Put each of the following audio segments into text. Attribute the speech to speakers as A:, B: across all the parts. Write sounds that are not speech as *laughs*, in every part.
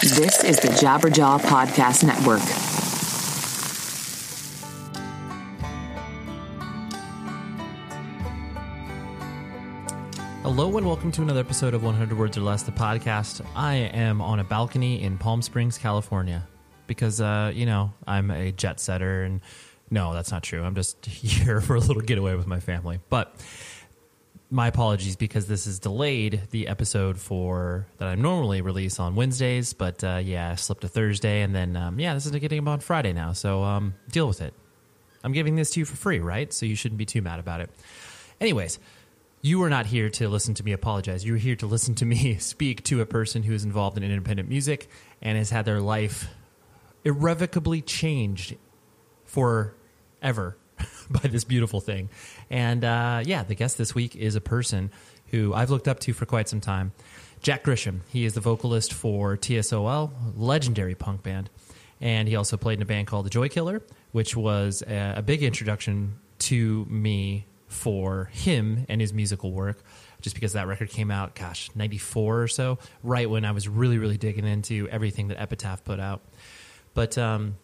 A: This is the Jabberjaw Podcast Network.
B: Hello and welcome to another episode of 100 Words or Less, the podcast. I am on a balcony in Palm Springs, California, because uh, you know I'm a jet setter, and no, that's not true. I'm just *laughs* here for a little getaway with my family. But my apologies because this is delayed the episode for that I normally release on Wednesdays, but uh, yeah, I slipped a Thursday, and then um, yeah, this is getting up on Friday now, so um, deal with it. I'm giving this to you for free, right? So you shouldn't be too mad about it. Anyways, you are not here to listen to me apologize. You're here to listen to me *laughs* speak to a person who is involved in independent music and has had their life irrevocably changed forever *laughs* by this beautiful thing. And uh, yeah, the guest this week is a person who I've looked up to for quite some time. Jack Grisham. He is the vocalist for TSOL, legendary punk band, and he also played in a band called The Joy Killer, which was a, a big introduction to me for him and his musical work. Just because that record came out, gosh, '94 or so, right when I was really, really digging into everything that Epitaph put out. But um,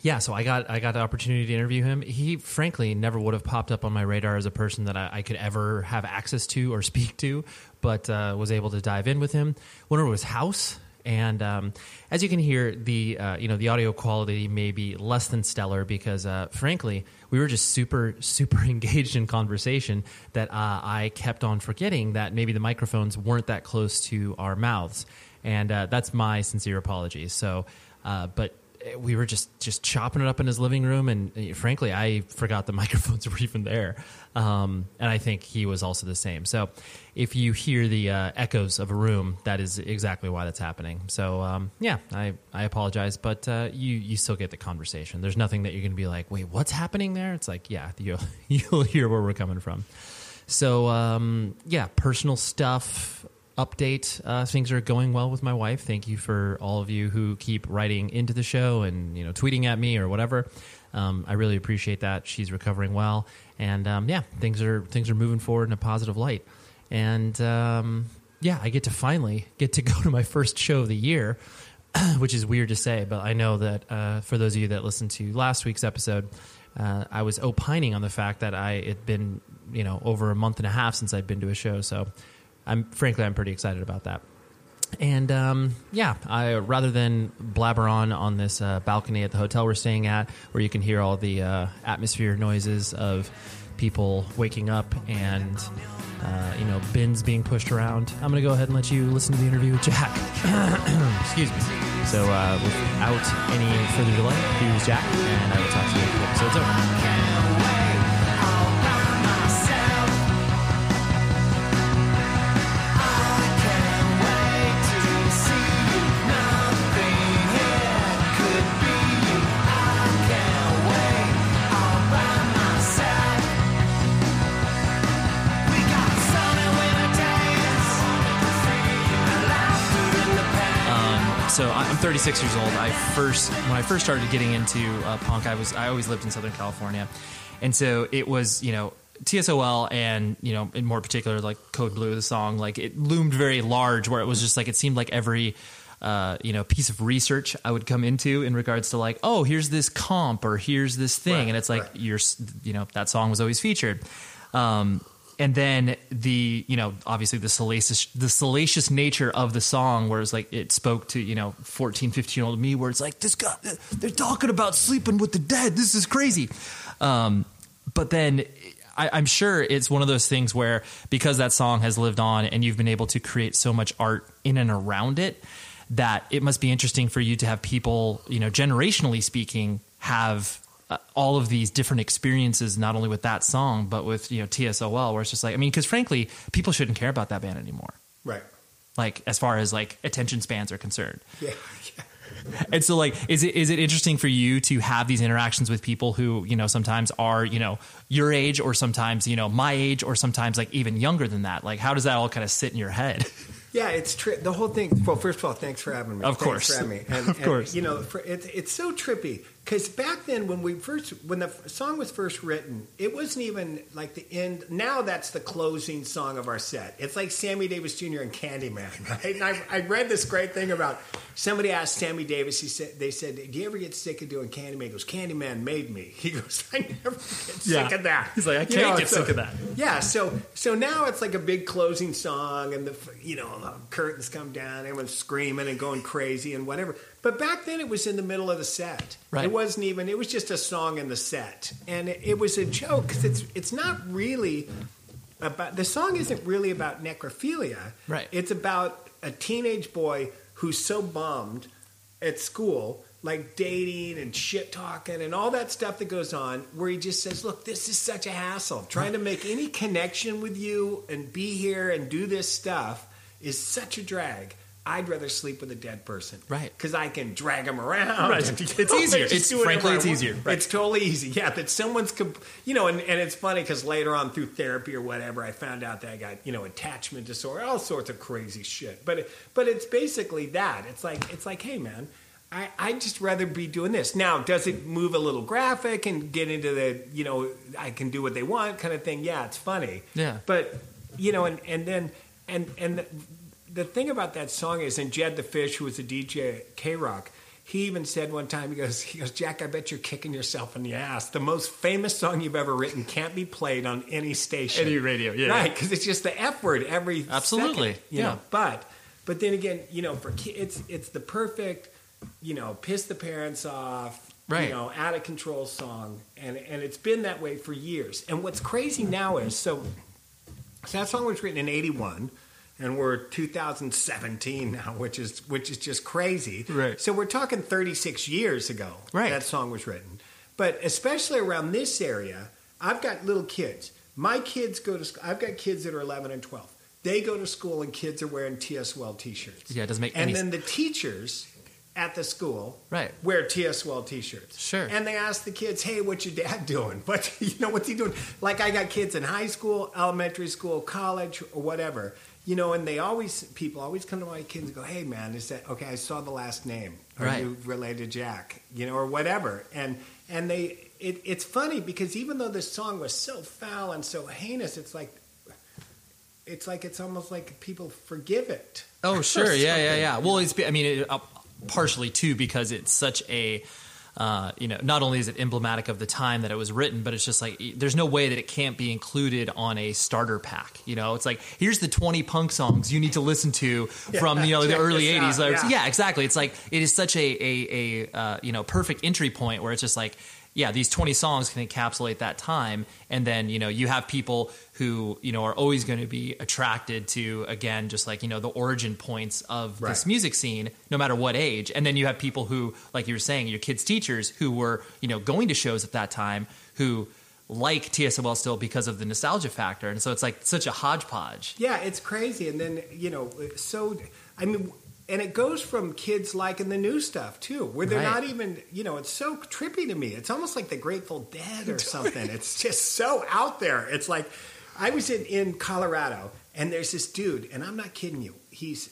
B: yeah, so I got I got the opportunity to interview him. He frankly never would have popped up on my radar as a person that I, I could ever have access to or *laughs* speak to, but uh, was able to dive in with him. Went over to his house, and um, as you can hear, the uh, you know the audio quality may be less than stellar because uh, frankly we were just super *laughs* super engaged in conversation that uh, I kept on forgetting that maybe the microphones weren't that close to our mouths, and uh, that's my sincere apologies. So, uh, but we were just just chopping it up in his living room, and uh, frankly, I forgot the *laughs* microphones were even there. Um, and I think he was also the same. So, if you hear the uh, echoes of a room, that is exactly why that's happening. So, um, yeah, I, I apologize, but uh, you you still get the conversation. There's nothing that you're going to be like, wait, what's happening there? It's like, yeah, *laughs* you'll you'll hear where we're coming from. So, um, yeah, personal stuff update. Uh, things are going well with my wife. Thank you for all of you who keep writing into the show and you know tweeting at me or whatever. Um, I really appreciate that. She's recovering well, and um, yeah, things are things are moving forward in a positive light. And um, yeah, I get to finally get to *laughs* go to my first show of the year, *clears throat* which is weird to say, but I know that uh, for those of you that listened to last week's episode, uh, I was opining on the fact that I it had been you know over a month and a half since I'd been to a show, so I'm frankly I'm pretty excited about that. And um, yeah, I rather than blabber on on this uh, balcony at the hotel we're staying at, where you can hear all the uh, atmosphere noises of people waking up and uh, you know bins being pushed around, I'm gonna go ahead and let you listen to the interview with Jack. *coughs* Excuse me. So uh, without any further delay, here's Jack, and I will talk to you when the episode's over. So I- I'm 36 years old. I first when I first started getting into uh, punk, I was I always lived in Southern California, and so it was you know TSOL and you know in more particular like Code Blue the song like it loomed very large where it was just like it seemed like every. Uh, you know, piece of research I would come into in regards to like, oh, here's this comp or here's this thing, and it's like you're, s- you know, that song was always featured. Um, and then the you know obviously the salacious the salacious nature of the song where it's like it spoke to you know 14 15 year old me where it's like this guy they're talking about sleeping with the dead this is crazy um, but then I, i'm sure it's one of those things where because that song has lived on and you've been able to create so much art in and around it that it must be interesting for you to have people, you know, generationally speaking, have uh, all of these different experiences, not only with that song, but with, you know, TSOL, where it's just like, I mean, because frankly, people shouldn't care about that band anymore.
C: Right.
B: Like, as far as like attention spans are concerned.
C: *laughs* Yeah.
B: And so, like, is it is it interesting for you to have these interactions with people who you know sometimes are you know your age, or sometimes you know my age, or sometimes like even younger than that? Like, how does that all kind of sit in your head?
C: Yeah, it's tri- the whole thing. Well, first of all, thanks for having me.
B: Of *laughs*
C: Thanks
B: course.
C: for having me. And,
B: Of
C: and,
B: course.
C: you know, for, it's it's so trippy Because back then, when we first, when the f- song was first written, it wasn't even like the end. Now that's the closing song of our set. It's like Sammy Davis Jr. and Candyman, *laughs* right? And I, I read this great thing about somebody asked Sammy Davis. He said, "They said, do you ever get sick of doing Candyman?" He goes, "Candyman made me." *laughs* He goes, "I never get
B: Yeah.
C: sick of that."
B: He's like, "I
C: You
B: can't get
C: so-
B: sick of that.
C: Yeah. So so now it's like a big closing song, and the you know the curtains come down, everyone's screaming and going crazy and whatever. But back then it was in the middle of the set.
B: Right.
C: It wasn't even. It was just a song in the set, and it, it was a joke because it's it's not really about the song isn't really about necrophilia.
B: Right.
C: It's about a teenage boy who's so bummed at school, like dating and shit talking and all that stuff that goes on, where he just says, Look, this is such a hassle. Trying to make any connection with you and be here and do this stuff is such a drag. I'd rather sleep with a dead person.
B: Right.
C: Because I can drag them around. *laughs*
B: Right.
C: and-
B: It's easier.
C: Just
B: It's-
C: do whatever
B: frankly,
C: I
B: it's
C: want.
B: easier. Right.
C: It's totally easy. *laughs* Yeah, that someone's, comp- you know, and, and it's funny because later on through therapy or whatever, I found out that I got, you know, attachment disorder, all sorts of crazy shit. But it, but it's basically that. It's like it's like, hey man, I I just rather be doing this. Now, does it move a little graphic and get into the, you know, I can do what they want kind of thing? Yeah, it's funny.
B: Yeah.
C: But you know, and and then and and the, the thing about that song is, and Jed the Fish, who was a DJ at K Rock, he even said one time, he goes, he goes, Jack, I bet you're kicking yourself in the ass. The most famous song you've ever written can't be played on any station,
B: Any radio, yeah.
C: right? Because it's just the F word every
B: Absolutely,
C: second, you
B: yeah.
C: know. But but then again, you know, for ki- it's it's the perfect, you know, piss the parents off,
B: Right.
C: You know, out of control song, and and it's been that way for years. And what's crazy now is so so that song was written in '81, and we're 2017 now, which is which is just crazy.
B: Right.
C: So we're talking 36 years ago.
B: Right.
C: That song was written, but especially around this area, I've got little kids. My kids go to. Sc- I've got kids that are 11 and 12. They go to school, and kids are wearing TSWL T-shirts.
B: Yeah, it doesn't make
C: And
B: any
C: then the teachers at the school
B: Right.
C: wear TSWL T-shirts.
B: Sure.
C: And they ask the kids, "Hey, what's your dad doing? *laughs* What you know? What's he doing?" Like I got kids in high school, elementary school, college, or whatever. You know, and they always people always come to my kids and go, "Hey, man, is that okay? I saw the last name. Are
B: Right.
C: you related to Jack? You know, or whatever." And and they it, it's funny because even though this song was so foul and so heinous, it's like it's like it's almost like people forgive it. *laughs*
B: Oh, sure. Yeah, yeah,
C: something.
B: yeah. Well, it's, I mean, it, uh, partially too, because it's such a, uh, you know, not only is it emblematic of the time that it was written, but it's just like, there's no way that it can't be included on a starter pack. You know, it's like, here's the 20 punk songs you need to listen to from, you know, the
C: check
B: early
C: this
B: 80s.
C: out,
B: Like,
C: *laughs* yeah.
B: yeah. exactly. It's like, it is such a, a, a uh, you know, perfect entry point where it's just like, yeah, these 20 songs can encapsulate that time. And then, you know, you have people who, you know, are always going to be attracted to, again, just like, you know, the origin points of
C: Right.
B: this music scene, no matter what age. And then you have people who, like you were saying, your kids' teachers who were, you know, going to shows at that time who like TSOL still because of the nostalgia factor. And so it's like such a hodgepodge.
C: Yeah, it's crazy. And then, you know, so, I mean, and it goes from kids liking the new stuff too, where they're
B: Right.
C: not even, you know, it's so trippy to me. It's almost like the Grateful
B: *laughs*
C: Dead or something. it's just so out there. It's like, I was in, in Colorado and there's this dude, and I'm not kidding you. He's,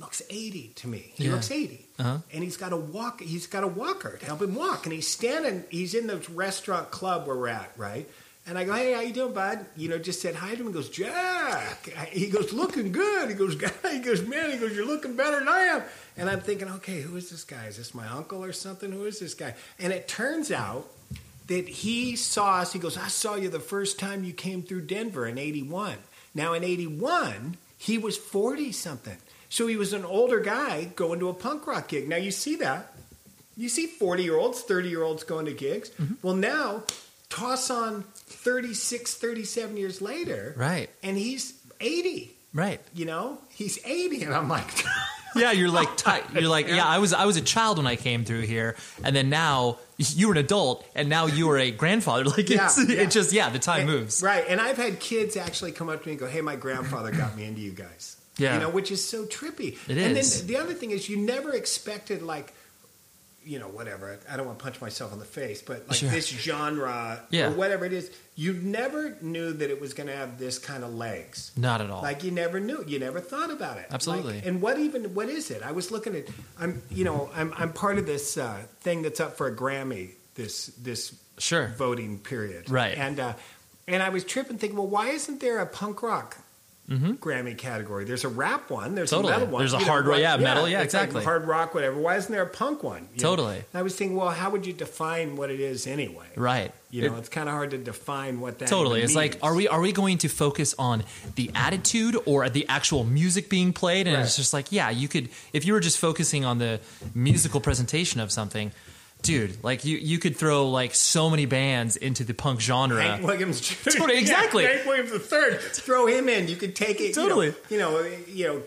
C: looks 80 to me. He
B: Yeah.
C: looks 80.
B: Uh-huh.
C: And he's got a walk. He's got a walker to help him walk. And he's standing. He's in the restaurant club where we're at, right? And I go, hey, how you doing, bud? You know, just said hi to him. He goes, Jack. I- He goes, looking good. He goes, *laughs* guy. He goes, man. He goes, you're looking better than I am. And I'm thinking, okay, who is this guy? Is this my uncle or something? Who is this guy? And it turns out that he saw us. He goes, I saw you the first time you came through Denver in 81. Now, in 81, he was 40 something. So he was an older guy going to a punk rock gig. Now, you see that. You see 40 year olds, 30 year olds going to gigs. Well, now, toss on 36, 37 years later.
B: Right.
C: And he's 80,
B: Right.
C: you know? He's 80. And I'm like,
B: Yeah, you're like
C: *laughs*
B: tight. You're like, yeah, I was I was a child when I came through here, and then now you were an adult, and now you are a grandfather. *laughs* Like,
C: Yeah,
B: it's,
C: yeah.
B: it just yeah, the time
C: And-
B: moves.
C: Right. And I've had kids actually come up to me and go, hey, my grandfather got me into you guys.
B: Yeah.
C: You know, which is so trippy.
B: It
C: and
B: is.
C: then the other thing is you never expected like, you know, whatever. I don't want to punch myself in the face, but like
B: Sure.
C: this genre
B: Yeah.
C: or whatever it is, you never knew that it was going to have this kind of legs.
B: Not at all.
C: Like you never knew, you never thought about it.
B: Absolutely.
C: Like, and what even what is it? I was looking at I'm you know I'm I'm part of this uh, thing that's up for a Grammy this this
B: Sure.
C: voting period,
B: Right.
C: And uh, and I was tripping, thinking, well, why isn't there a punk rock Grammy category? There's a rap one, there's
B: Mm-hmm. Totally.
C: a metal one,
B: There's a
C: you know,
B: hard-
C: why-
B: yeah, metal, yeah,
C: it's like
B: exactly.
C: hard rock, whatever. Why isn't there a punk one? You know?
B: Totally.
C: And I was thinking, well, how would you define what it is anyway?
B: Right.
C: You know, it's kind of hard to define what that
B: totally.
C: even
B: It's like,
C: means.
B: are we are we going to focus on the attitude or the actual music being played? And it's
C: Right.
B: just like, yeah, you could if you were just focusing on the musical presentation of something, dude, like you you could throw like so many bands into the punk genre.
C: Hank Williams
B: *laughs*
C: Jr.
B: Totally,
C: Yeah,
B: exactly.
C: Hank Williams the third. Throw him in. You could take it. you know-
B: Totally.
C: You know, you know,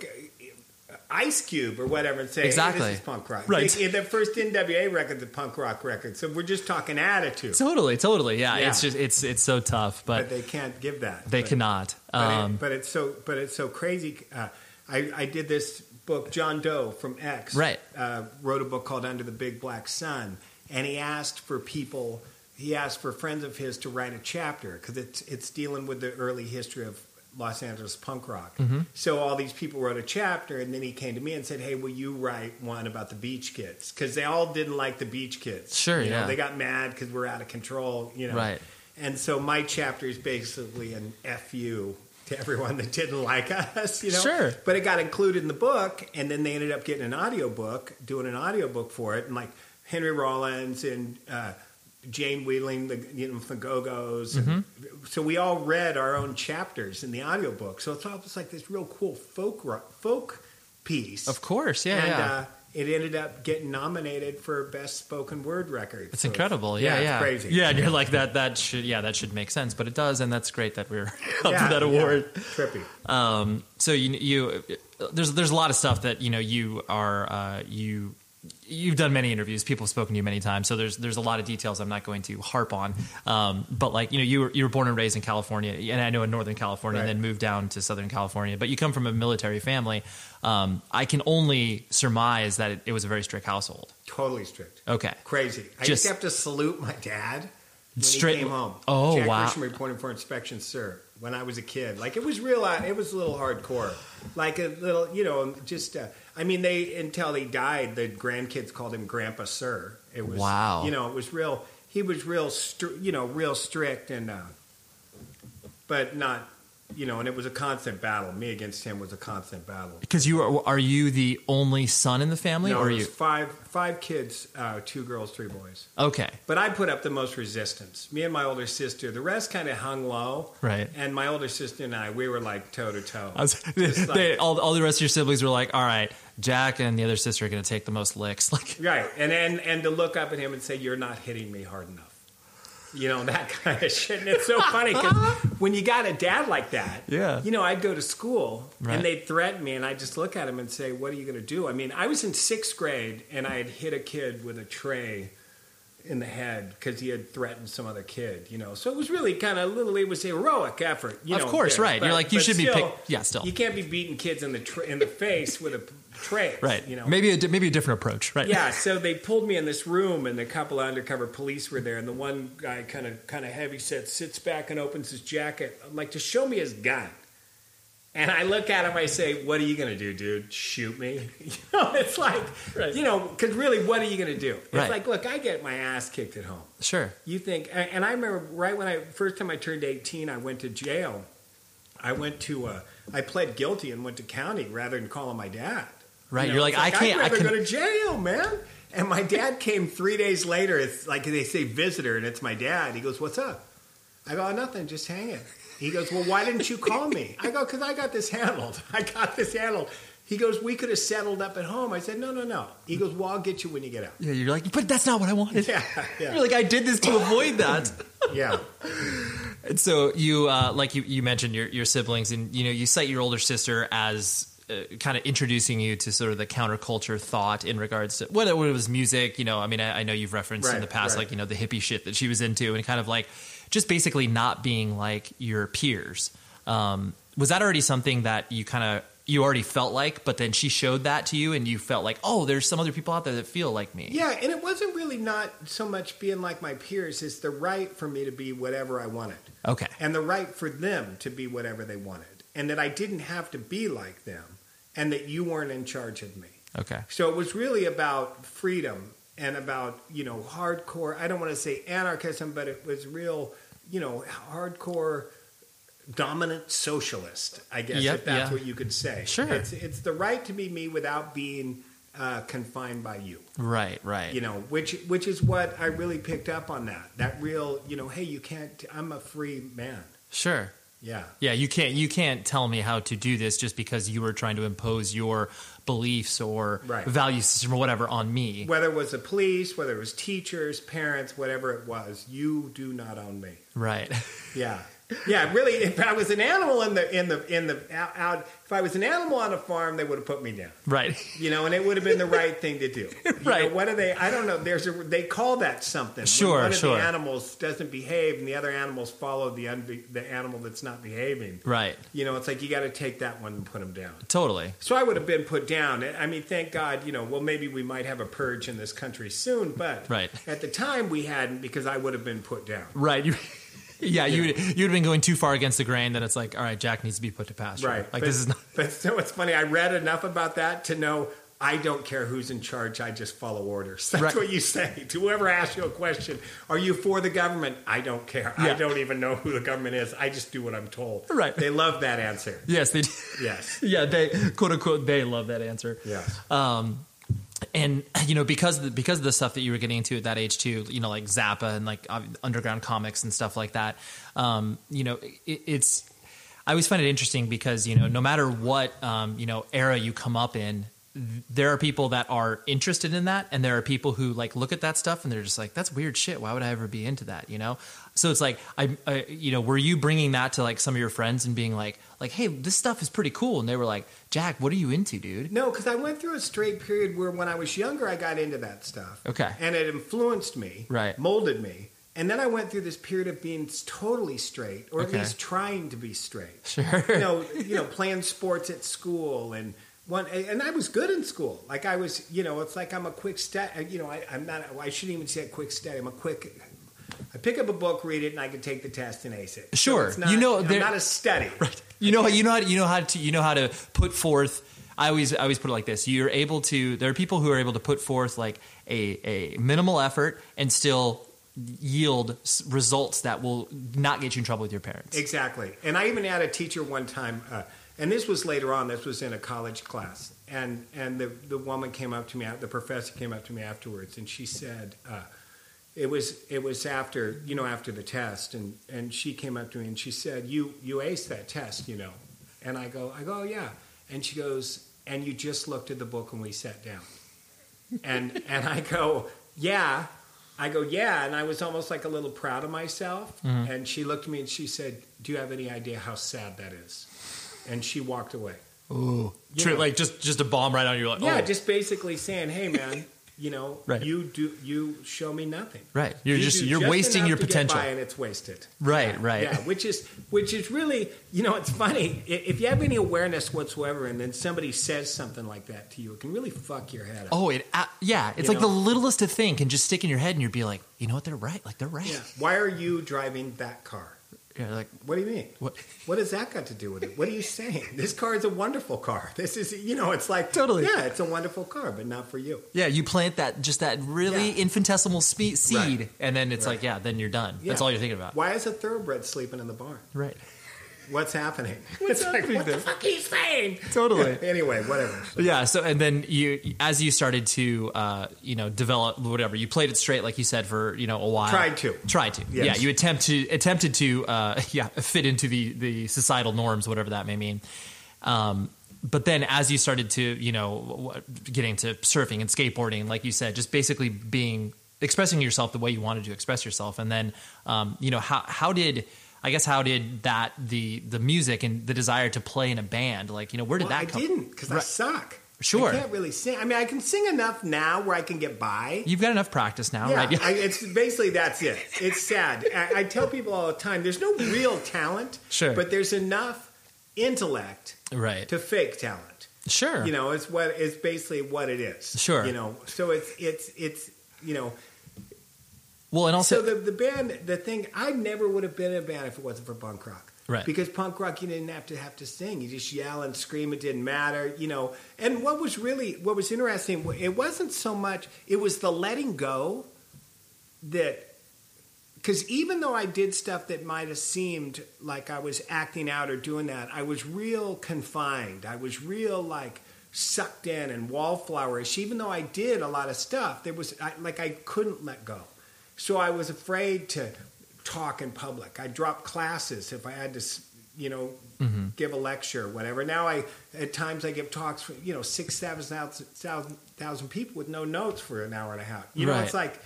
C: Ice Cube or whatever, and say hey,
B: Exactly.
C: this is punk rock.
B: Right.
C: They- their first NWA record, the punk rock record. So we're just talking attitude,
B: Totally, totally. Yeah,
C: Yeah.
B: it's just it's it's so tough, but,
C: but they can't give that.
B: they
C: But-
B: cannot.
C: But, it-
B: Um,
C: but it's so. But it's so crazy. Uh, I, I did this book. John Doe from X
B: Right.
C: uh, wrote a book called Under the Big Black Sun, and he asked for people. He asked for friends of his to write a chapter because it's it's dealing with the early history of Los Angeles punk rock.
B: Mm-hmm.
C: So all these people wrote a chapter, and then he came to me and said, "Hey, will you write one about the Beach Kids?" Because they all didn't like the Beach Kids.
B: Sure,
C: you know,
B: yeah.
C: They got mad because we're out of control. You know,
B: Right.
C: And so my chapter is basically an fu to everyone that didn't like us. You know,
B: Sure.
C: but it got included in the book, and then they ended up getting an audiobook, doing an audiobook for it, and like Henry Rollins and uh, Jane Wheeling, the you know from the Go Go's.
B: Mm-hmm.
C: So we all read our own chapters in the audiobook. So it's almost like this real cool folk ro- folk piece.
B: of course, yeah,
C: and,
B: yeah.
C: Uh, it ended up getting nominated for best spoken word record.
B: it's
C: So
B: incredible. Yeah, yeah,
C: it's crazy.
B: Yeah, and you're like that. That should yeah, that should make sense, but it does, and that's great that we're *laughs* up
C: Yeah,
B: for that
C: yeah.
B: award.
C: Trippy.
B: um, so you you there's there's a lot of stuff that you know you are uh, you you've done many interviews people have spoken to you many times so there's there's a lot of details i'm not going to harp on um, but like you know you were, you were born and raised in california and i know in northern california and
C: Right.
B: then moved down to southern california but you come from a military family um, i can only surmise that it, it was a very strict household
C: Totally strict.
B: okay
C: Crazy. I
B: Just-
C: used to have to salute my dad when
B: Straight-
C: he came home.
B: Oh,
C: Jack
B: wow.
C: Grisham reporting for inspection, sir. When I was a kid, like it was real. uh, It was a little hardcore, like a little, you know, just. Uh, I mean, they until he died, the grandkids called him Grandpa Sir. It was
B: Wow.
C: You know, it was real. He was real, str- you know, real strict and, uh, but not, you know, and it was a constant battle. Me against him was a constant battle.
B: because you are are you the only son in the family
C: no,
B: or are
C: it was
B: you
C: five five kids, uh, two girls, three boys.
B: okay
C: But I put up the most resistance. Me and my older sister. The rest kind of hung low.
B: Right.
C: And my older sister and I, we were like toe to toe.
B: I was,
C: *laughs* Just like-
B: they, all, all the rest of your siblings were like, all right, Jack and the other sister are going to take the most licks. *laughs* Like,
C: *laughs* Right. And and and to look up at him and say, "You're not hitting me hard enough." You know *laughs* that kind of shit. And it's so
B: *laughs*
C: funny because when you got a dad like that,
B: Yeah.
C: You know, I'd go to school
B: Right.
C: and they'd threaten me, and I'd just look at him and say, "What are you going to do?" I mean, I was in sixth grade and I had hit a kid with a tray. in the head because he had threatened some other kid, you know. So it was really kind of little. It was heroic effort, you
B: Of
C: know.
B: course, right. You're like, you should be
C: still,
B: picked- yeah, still.
C: you can't be beating kids in the tr in the face with a p- tray,
B: right.
C: You know,
B: Maybe a, di- maybe a different approach, right?
C: yeah. So they pulled me in this room, and a couple of undercover police were there, and the one guy kind of kind of heavy set sits back and opens his jacket, I'm like to show me his gun. And I look at him, I say, "What are you gonna do, dude? Shoot me?" *laughs* You know, it's like,
B: Right.
C: you know, because really, what are you gonna do? It's
B: Right.
C: like, look, I get my ass kicked at home.
B: Sure.
C: You think, and and I remember right when I first time I turned eighteen, I went to jail. I went to, uh, I pled guilty and went to county rather than calling my dad.
B: Right.
C: know,
B: You're like,
C: it's
B: I can't.
C: I'd
B: I
C: rather
B: can.
C: go to jail, man. And my dad came three days later. It's like they say visitor, and it's my dad. He goes, "What's up?" I go, "Oh, "Nothing, just hanging." He goes, "Well, why didn't you call me?" I go, "Cause I got this handled. *laughs* I got this handled." He goes, "We could have settled up at home." I said, "No, no, no." He goes, "Well, I'll get you when you get out."
B: yeah, you're like, but that's not what I wanted.
C: Yeah, yeah,
B: You're like, I did this to avoid
C: *laughs*
B: that.
C: yeah.
B: And so you, uh, like you, you mentioned your, your siblings, and you know, you cite your older sister as uh, kind of introducing you to sort of the counterculture thought in regards to whether it was music. You know, I mean, I, I know you've referenced in
C: Right,
B: the past,
C: right.
B: like you know, the hippie shit that she was into, and kind of like just basically not being like your peers. Um, was that already something that you kind of you already felt like, but then she showed that to you, and you felt like, oh, there's some other people out there that feel like me.
C: Yeah, and it wasn't really not so much being like my peers, it's the right for me to be whatever I wanted.
B: Okay.
C: And the right for them to be whatever they wanted. And that I didn't have to be like them and that you weren't in charge of me.
B: Okay.
C: So it was really about freedom and about you know hardcore. I don't want to say anarchism, but it was real, you know, hardcore dominant socialist. I guess
B: Yep,
C: if that's
B: yeah.
C: what you could say.
B: Sure.
C: it's, it's the right to be me without being uh, confined by you
B: Right, right.
C: you know which which is what i really picked up on that that real you know hey you can't i'm a free man
B: sure.
C: yeah
B: Yeah, you can't you can't tell me how to do this just because you were trying to impose your beliefs or
C: Right.
B: value system or whatever on me.
C: whether it was the police whether it was teachers parents whatever it was you do not own me
B: Right. *laughs*
C: yeah yeah really if i was an animal in the in the in the out, out if i was an animal on a farm they would have put me down
B: right.
C: you know and it would have been the right thing to
B: *laughs*
C: do You know,
B: Right.
C: what are they i don't know there's a they call that something When
B: Sure,
C: one of
B: sure.
C: the animals doesn't behave and the other animals follow the unbe- the animal that's not behaving
B: Right.
C: You know, it's like you got to take that one and put them down.
B: Totally.
C: So I would have been put down. I mean, thank God, you know, well, maybe we might have a purge in this country soon, but
B: Right.
C: at the time we hadn't because I would have been put down.
B: Right. You Yeah, you would you'd have been going too far against the grain that it's like, all right, Jack needs to be put to pasture.
C: Right.
B: Like
C: but,
B: this is not *laughs*
C: But so it's funny. I read enough about that to know I don't care who's in charge. I just follow orders. *laughs* That's
B: Right.
C: what you say to whoever asks you a question. Are you for the government? I don't care. I
B: Yeah.
C: don't even know who the government is. I just do what I'm told.
B: Right.
C: They love that answer.
B: Yes, they *laughs*
C: Yes.
B: Yeah, they quote unquote they love that answer.
C: Yes.
B: um and *clears throat* you know because of the, because of the stuff that you were getting into at that age too you know like zappa and like ob- underground comics and stuff like that um you know it, it's i always find it interesting because you know no matter what um you know era you come up in th- there are people that are interested in that and there are people who like look at that stuff and they're just like that's weird shit why would i ever be into that you know so it's like I, I you know were you bringing that to like some of your friends and being like like hey this stuff is pretty cool and they were like jack what are you into dude
C: No, because I went through a straight period where when I was younger, I got into that stuff.
B: Okay.
C: And it influenced me,
B: Right.
C: molded me. And then I went through this period of being totally straight, or
B: Okay.
C: at least trying to be straight.
B: Sure.
C: You
B: *laughs*
C: know, you know, playing sports at school and one, and I was good in school. Like I was, you know, it's like I'm a quick stud. You know, I, I'm not. I shouldn't even say a quick study. I'm a quick. I pick up a book, read it, and I can take the test and ace it. So
B: Sure.
C: it's not-
B: You know,
C: I'm
B: there-
C: not a study.
B: Right. You know, you know how to, you know how to you know how to put forth. I always I always put it like this: you're able to. There are people who are able to put forth like a a minimal effort and still yield s- results that will not get you in trouble with your parents.
C: Exactly. And I even had a teacher one time, uh, and this was later on. This was in a college class, and and the the woman came up to me. The professor came up to me afterwards, and she said, uh, "It was it was after you know after the test, and and she came up to me and she said, you you aced that test, you know." And I go, I go, oh, yeah. And she goes, and you just looked at the book and we sat down. And and I go, yeah. I go, yeah. And I was almost like a little proud of myself.
B: Mm-hmm.
C: And she looked at me and she said, Do you have any idea how sad that is? And she walked away.
B: Ooh,
C: Yeah.
B: True, like just just a bomb right on you. Like,
C: Yeah,
B: oh.
C: just basically saying, Hey man, you know,
B: *laughs* Right.
C: you do you show me nothing.
B: right. You're
C: You
B: just
C: do
B: you're wasting
C: enough
B: your
C: to get
B: potential.
C: by and it's wasted.
B: Right, right.
C: Yeah, which is which is really you know it's funny I- if you have any awareness whatsoever, and then somebody says something like that to you, it can really fuck your head up.
B: Oh, it a- yeah. It's
C: You
B: like
C: know?
B: the littlest of thing can just stick in your head, and you'd be like, you know what? They're right. Like they're right.
C: Yeah. Why are you driving that car?
B: You're like
C: What do you mean?
B: what?
C: What has that got to do with it? What are
B: *laughs*
C: you saying? This car is a wonderful car. This is you know it's like
B: Totally.
C: yeah, it's a wonderful car, but not for you.
B: Yeah, you plant that just that really
C: Yeah.
B: infinitesimal spe- seed, and then it's
C: Right.
B: like, yeah, then you're done.
C: Yeah.
B: That's all you're thinking about.
C: Why is a thoroughbred sleeping in the barn?
B: Right.
C: What's happening?
B: *laughs* What's
C: it's
B: happening
C: like what
B: there?
C: the fuck are you saying?
B: Totally.
C: anyway, whatever.
B: yeah. So, and then you, as you started to, uh, you know, develop whatever you played it straight, like you said, for you know a while.
C: Tried to.
B: Tried to.
C: Yes.
B: Yeah. You attempt to attempted to, uh, *laughs* yeah, fit into the the societal norms, whatever that may mean. Um, but then, as you started to, you know, w- getting to surfing and skateboarding, like you said, just basically being expressing yourself the way you wanted to express yourself, and then, um, you know, how how did I guess how did that the the music and the desire to play in a band, like you know, where did
C: Well,
B: that
C: I
B: come?
C: didn't because I
B: Right.
C: suck.
B: Sure.
C: I can't really sing. I mean, I can sing enough now where I can get by.
B: You've got enough practice now,
C: Yeah,
B: right?
C: I, it's basically that's it. It's sad. I, I tell people all the time, there's no real talent,
B: Sure.
C: but there's enough intellect
B: *laughs* right.
C: to fake talent.
B: sure.
C: You know, it's what it's basically what it is.
B: Sure.
C: You know, so it's it's it's you know,
B: well, and also
C: so the the band the thing I never would have been in a band if it wasn't for punk rock.
B: Right.
C: Because punk rock, you didn't have to have to sing. You just yell and scream. It didn't matter, you know. And what was really what was interesting, it wasn't so much. It was the letting go that because even though I did stuff that might have seemed like I was acting out or doing that, I was real confined. I was real like sucked in and wallflowerish. Even though I did a lot of stuff, there was I, like I couldn't let go. So I was afraid to talk in public. I dropped classes if I had to, you know,
B: Mm-hmm.
C: give a lecture or whatever. Now I at times I give talks for you know six thousand thousand thousand people with no notes for an hour and a half. You know,
B: Right.
C: it's like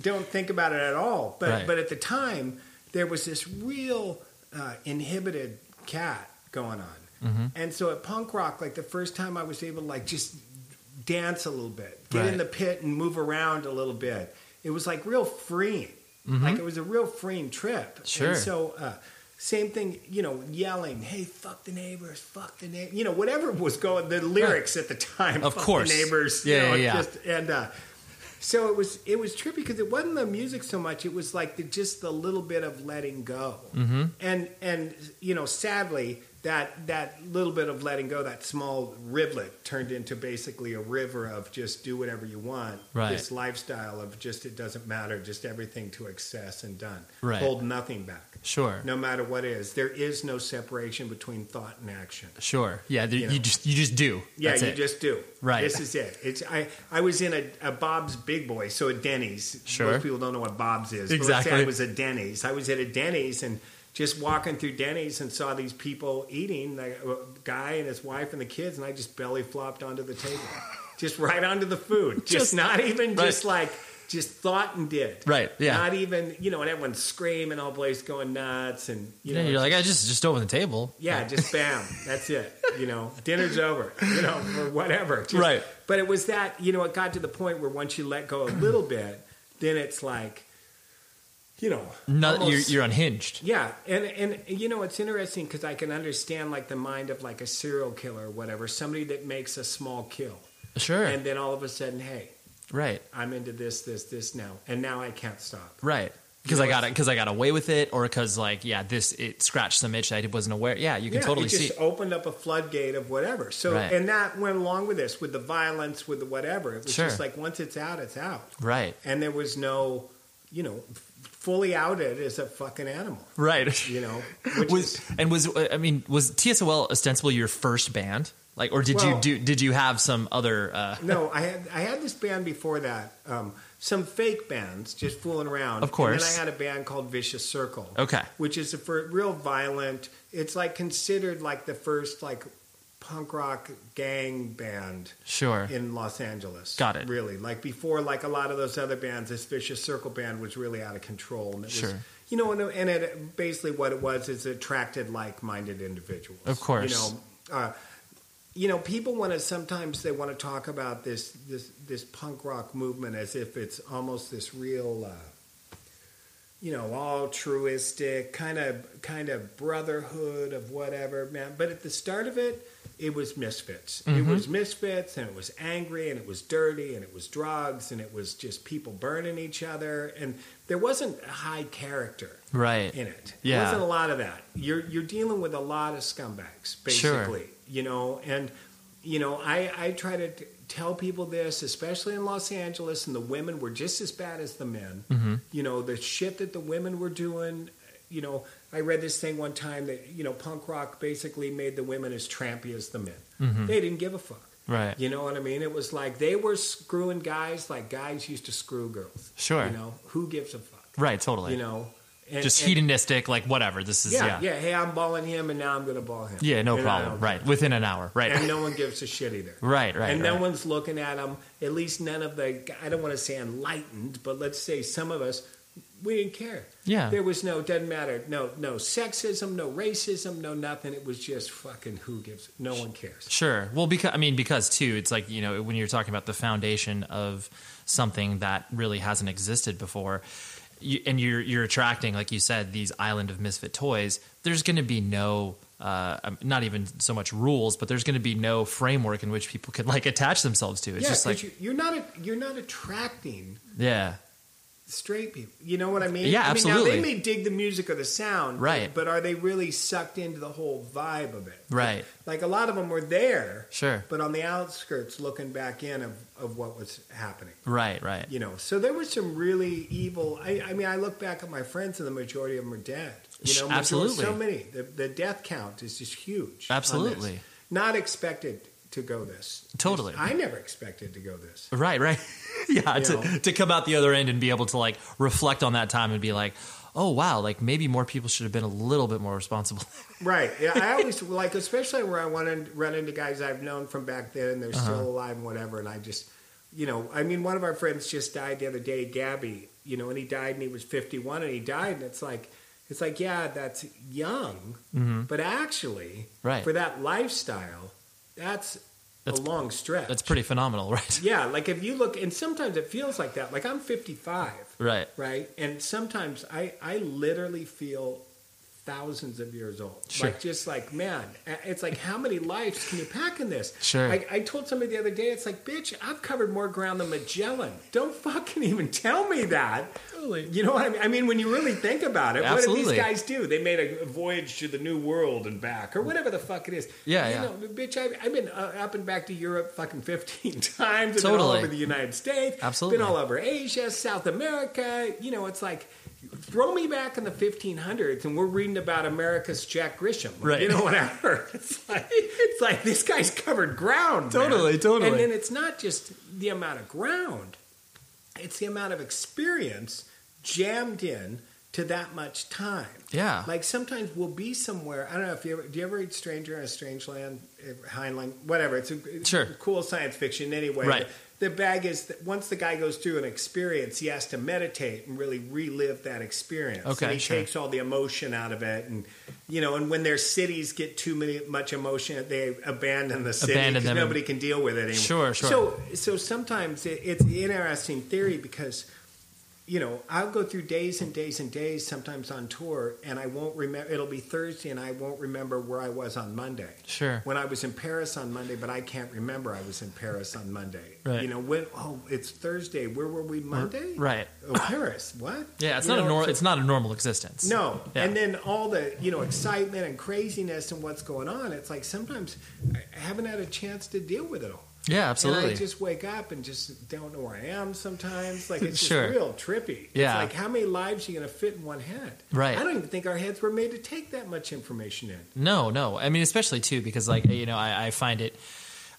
C: don't think about it at all. But
B: Right.
C: but at the time, there was this real uh, inhibited cat going on,
B: Mm-hmm.
C: and so at punk rock, like the first time I was able to like just dance a little bit, get in
B: Right.
C: the pit and move around a little bit. It was like real freeing. Like it was a real freeing trip.
B: Mm-hmm. Sure.
C: And so uh, same thing, you know, yelling, "Hey, fuck the neighbors, fuck the neighbors," you know, whatever was going. The lyrics at the time,
B: Of
C: "Fuck the
B: course.
C: neighbors, you
B: Yeah,
C: know,
B: yeah, yeah.
C: just- and uh, so it was it was trippy because it wasn't the music so much it was like the, just the little bit of letting go
B: Mm-hmm.
C: and and you know sadly that that little bit of letting go that small rivulet turned into basically a river of just do whatever you want
B: Right.
C: this lifestyle of just it doesn't matter just everything to excess and done
B: Right.
C: hold nothing back
B: Sure.
C: no matter what is there is no separation between thought and action
B: Sure. Yeah. There, you,
C: You know.
B: just you just do.
C: yeah,
B: That's
C: you
B: it.
C: just do.
B: Right.
C: This is it. It's I. I was in a, a Bob's Big Boy, so a Denny's.
B: Sure.
C: Most people don't know what Bob's is. But let's
B: Exactly.
C: say I was a Denny's. I was at a Denny's and just walking through Denny's and saw these people eating, the uh, guy and his wife and the kids, and I just belly flopped onto the
B: *laughs*
C: table, just right onto the food, just,
B: Just-
C: not even
B: right.
C: just like just thought and did.
B: Right, yeah.
C: Not even you know, and everyone's screaming, all place going nuts, and you know,
B: yeah, you're like I just just over the table.
C: yeah, just bam. That's it. You know, dinner's over. You know, or whatever. Just-
B: Right.
C: But it was that. You know, it got to the point where once you let go a little bit, then it's like, you know,
B: Not, you're,
C: almost-
B: you're unhinged.
C: yeah, and and you know it's interesting because I can understand like the mind of like a serial killer or whatever, somebody that makes a small kill,
B: Sure.
C: and then all of a sudden, hey,
B: right.
C: I'm into this, this, this now, and now I can't stop.
B: Right. Because I got it. Because I got away with it, or because like yeah, this it scratched some itch that I wasn't aware. Yeah, you can
C: yeah,
B: totally
C: it just
B: see.
C: opened up a floodgate of whatever. So
B: Right.
C: and that went along with this, with the violence, with the whatever. It was
B: Sure.
C: just like once it's out, it's out,
B: Right.
C: and there was no, you know, f- fully outed as a fucking animal, *laughs*
B: Right. *laughs*
C: you know. Which
B: was
C: is,
B: and was I mean was TSOL ostensibly your first band? Like, or did you
C: Well-
B: do? Did you have some other? Uh,
C: no, I had I had this band before that, um, some fake bands just fooling around.
B: Of course.
C: and then I had a band called Vicious Circle.
B: Okay.
C: which is a fir- real violent. It's like considered like the first like punk rock gang band.
B: Sure.
C: in Los Angeles.
B: Got it.
C: Really, like before, like a lot of those other bands, this Vicious Circle band was really out of control. And it was,
B: Sure.
C: You know, and, and it basically what it was is it attracted like-minded individuals.
B: Of course.
C: You know, uh, you know, people want to sometimes they want to talk about this this this punk rock movement as if it's almost this real. Uh, you know, altruistic kind of kind of brotherhood of whatever, man. But at the start of it, it was misfits. It
B: Mm-hmm.
C: was misfits, and it was angry, and it was dirty, and it was drugs, and it was just people burning each other, and there wasn't high character
B: right.
C: in it.
B: Yeah.
C: There wasn't a lot of that. You're you're dealing with a lot of scumbags, basically. You know, and you know, I I try to t- tell people this, especially in Los Angeles, and the women were just as bad as the men.
B: Mm-hmm.
C: You know, the shit that the women were doing. You know, I read this thing one time that you know punk rock basically made the women as trampy as the men.
B: Mm-hmm.
C: They didn't give a fuck.
B: Right.
C: You know what I mean? It was like they were screwing guys like guys used to screw girls.
B: Sure.
C: You know, who gives a fuck?
B: Right. Totally.
C: You know, and,
B: just
C: and-
B: hedonistic. Like whatever. This is yeah.
C: yeah, yeah, Hey, I'm balling him, and now I'm going to ball him.
B: Yeah, no
C: And I
B: problem.
C: don't-
B: Right. Within an hour. Right.
C: And no one gives a shit either.
B: *laughs* Right, *laughs* right,
C: And no
B: right.
C: one's looking at him. At least none of the. I don't want to say enlightened, but let's say some of us, we didn't care.
B: Yeah.
C: There was no. Doesn't matter. No, no sexism, no racism, no nothing. It was just fucking who gives. No one cares.
B: Sure. Well, because I mean, because too, it's like you know when you're talking about the foundation of something that really hasn't existed before, you, and you're you're attracting, like you said, these island of misfit toys. There's going to be no. Uh, um, not even so much rules, but there's going to be no framework in which people could like attach themselves to. It's
C: yeah,
B: just
C: 'cause
B: like,
C: you, you're not. You're not attracting
B: yeah,
C: straight people. You know what I mean?
B: Yeah,
C: I mean,
B: absolutely.
C: now they may dig the music or the sound, but-
B: Right.
C: But are they really sucked into the whole vibe of it?
B: Right.
C: Like a lot of them were there,
B: Sure.
C: but on the outskirts, looking back in of, of what was happening.
B: Right. Right.
C: You know, so there was some really evil. I, I mean, I look back at my friends, and the majority of them are dead. You
B: Sh-
C: know, majority- so
B: absolutely.
C: many. The, the death count is just huge. on this.
B: Absolutely.
C: not expected to go this.
B: Totally.
C: I never expected to go this.
B: Right, right. *laughs* yeah,
C: You know.
B: to, to come out the other end and be able to like reflect on that time and be like, oh, wow, like maybe more people should have been a little bit more responsible. *laughs*
C: Right. Yeah, I always like, especially where I want to run into guys I've known from back then, and they're
B: Uh-huh.
C: still alive and whatever. And I just, you know, I mean, one of our friends just died the other day, Gabby. You know, and he died, and he was fifty-one, and he died, and it's like, it's like, yeah, that's young, but actually,
B: Mm-hmm. Right.
C: for that lifestyle, that's,
B: That's-
C: a long stretch.
B: That's pretty phenomenal, *laughs* right?
C: Yeah, like if you look, and sometimes it feels like that. Like I'm fifty-five
B: Right.
C: right? And sometimes I, I literally feel thousands of years old.
B: Sure.
C: Like, just like, man, it's like, how many lives can you pack in this?
B: Sure.
C: I, I told somebody the other day, it's like, bitch, I've covered more ground than Magellan. Don't fucking even tell me that. You know what I mean? I mean, when you really think about it, what
B: Absolutely.
C: did these guys do? They made a voyage to the New World and back, or whatever the fuck it is.
B: Yeah,
C: you
B: yeah.
C: Know, bitch, I've, I've been uh, up and back to Europe fucking 15 *laughs* times and all
B: Totally.
C: over the United States.
B: Absolutely.
C: Been all over Asia, South America. You know, it's like, throw me back in the 1500s and we're reading about America's Jack Grisham.
B: Right.
C: You know, whatever. *laughs* It's like, it's like this guy's covered ground. man.
B: Totally, totally.
C: And then it's not just the amount of ground, it's the amount of experience jammed in to that much time.
B: Yeah.
C: Like sometimes we'll be somewhere. I don't know if you ever do you ever read Stranger in a Strange Land, eh, Heinlein, whatever. It's a it's
B: Sure.
C: cool science fiction anyway.
B: Right.
C: The bag is that once the guy goes through an experience, he has to meditate and really relive that experience.
B: Okay,
C: and he
B: sure.
C: takes all the emotion out of it, and you know, and when their cities get too many much emotion, they abandon the city
B: Abandon
C: because
B: them and-
C: nobody can deal with it anymore.
B: Sure, sure.
C: So, so sometimes it, it's an interesting theory because you know, I'll go through days and days and days sometimes on tour, and I won't remember. It'll be Thursday, and I won't remember where I was on Monday.
B: Sure.
C: When I was in Paris on Monday, but I can't remember I was in Paris on Monday.
B: Right.
C: You know, when, oh, it's Thursday. Where were we Monday?
B: Right.
C: Oh, Paris. What?
B: Yeah, it's
C: You
B: not a
C: know,
B: normal. It's not a normal existence.
C: no,
B: Yeah.
C: and then all the you know excitement and craziness and what's going on. It's like sometimes I haven't had a chance to deal with it all.
B: yeah,
C: And
B: absolutely.
C: I just wake up and just don't know where I am sometimes. Like it's just
B: Sure.
C: real trippy.
B: Yeah.
C: It's like how many lives are you gonna fit in one head?
B: Right.
C: I don't even think our heads were made to take that much information in.
B: No, no. I mean, especially too because like you know, I, I find it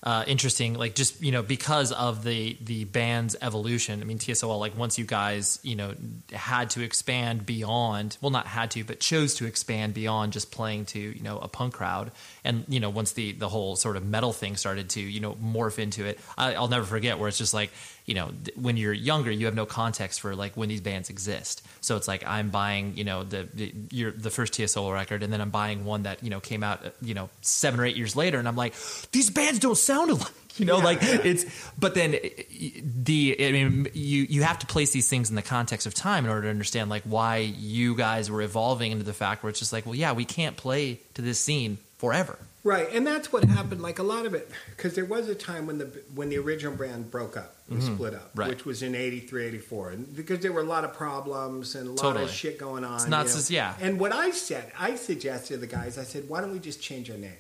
B: uh, interesting. Like just you know, because of the the band's evolution. I mean, TSOL. Like once you guys you know had to expand beyond. Well, not had to, but chose to expand beyond just playing to you know a punk crowd. And you know, once the the whole sort of metal thing started to you know morph into it, I, I'll never forget where it's just like you know th- when you're younger you have no context for like when these bands exist so it's like i'm buying you know the, the your the first tsol record and then i'm buying one that you know came out uh, you know seven or eight years later and i'm like these bands don't sound alike *laughs* you know like it's but then it- it- the i mean you you have to place these things in the context of time in order to understand like why you guys were evolving into the fact where it's just like well yeah we can't play to this scene forever
C: Right, and that's what happened. Like a lot of it, because there was a time when the when the original brand broke up, and split up,
B: Mm-hmm. Right.
C: which was in 83, 84. and because there were a lot of problems and a lot
B: Totally.
C: of shit going on.
B: It's not
C: you know.
B: sus- yeah.
C: And what I said, I suggested to the guys, I said, why don't we just change our name?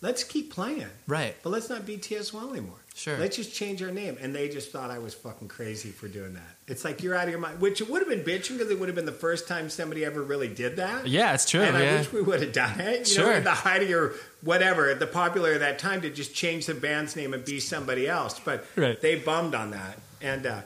C: Let's keep playing,
B: right
C: but let's not be TSY anymore.
B: Sure.
C: let's just change our name. And they just thought I was fucking crazy for doing that. It's like you're out of your mind, which it would have been bitching because it would have been the first time somebody ever really did that.
B: yeah it's true
C: And I
B: yeah.
C: wish we would have done it. You know,
B: Sure.
C: at the height of your whatever, at the popular at that time, to just change the band's name and be somebody else. But
B: Right.
C: they bummed on that, and uh,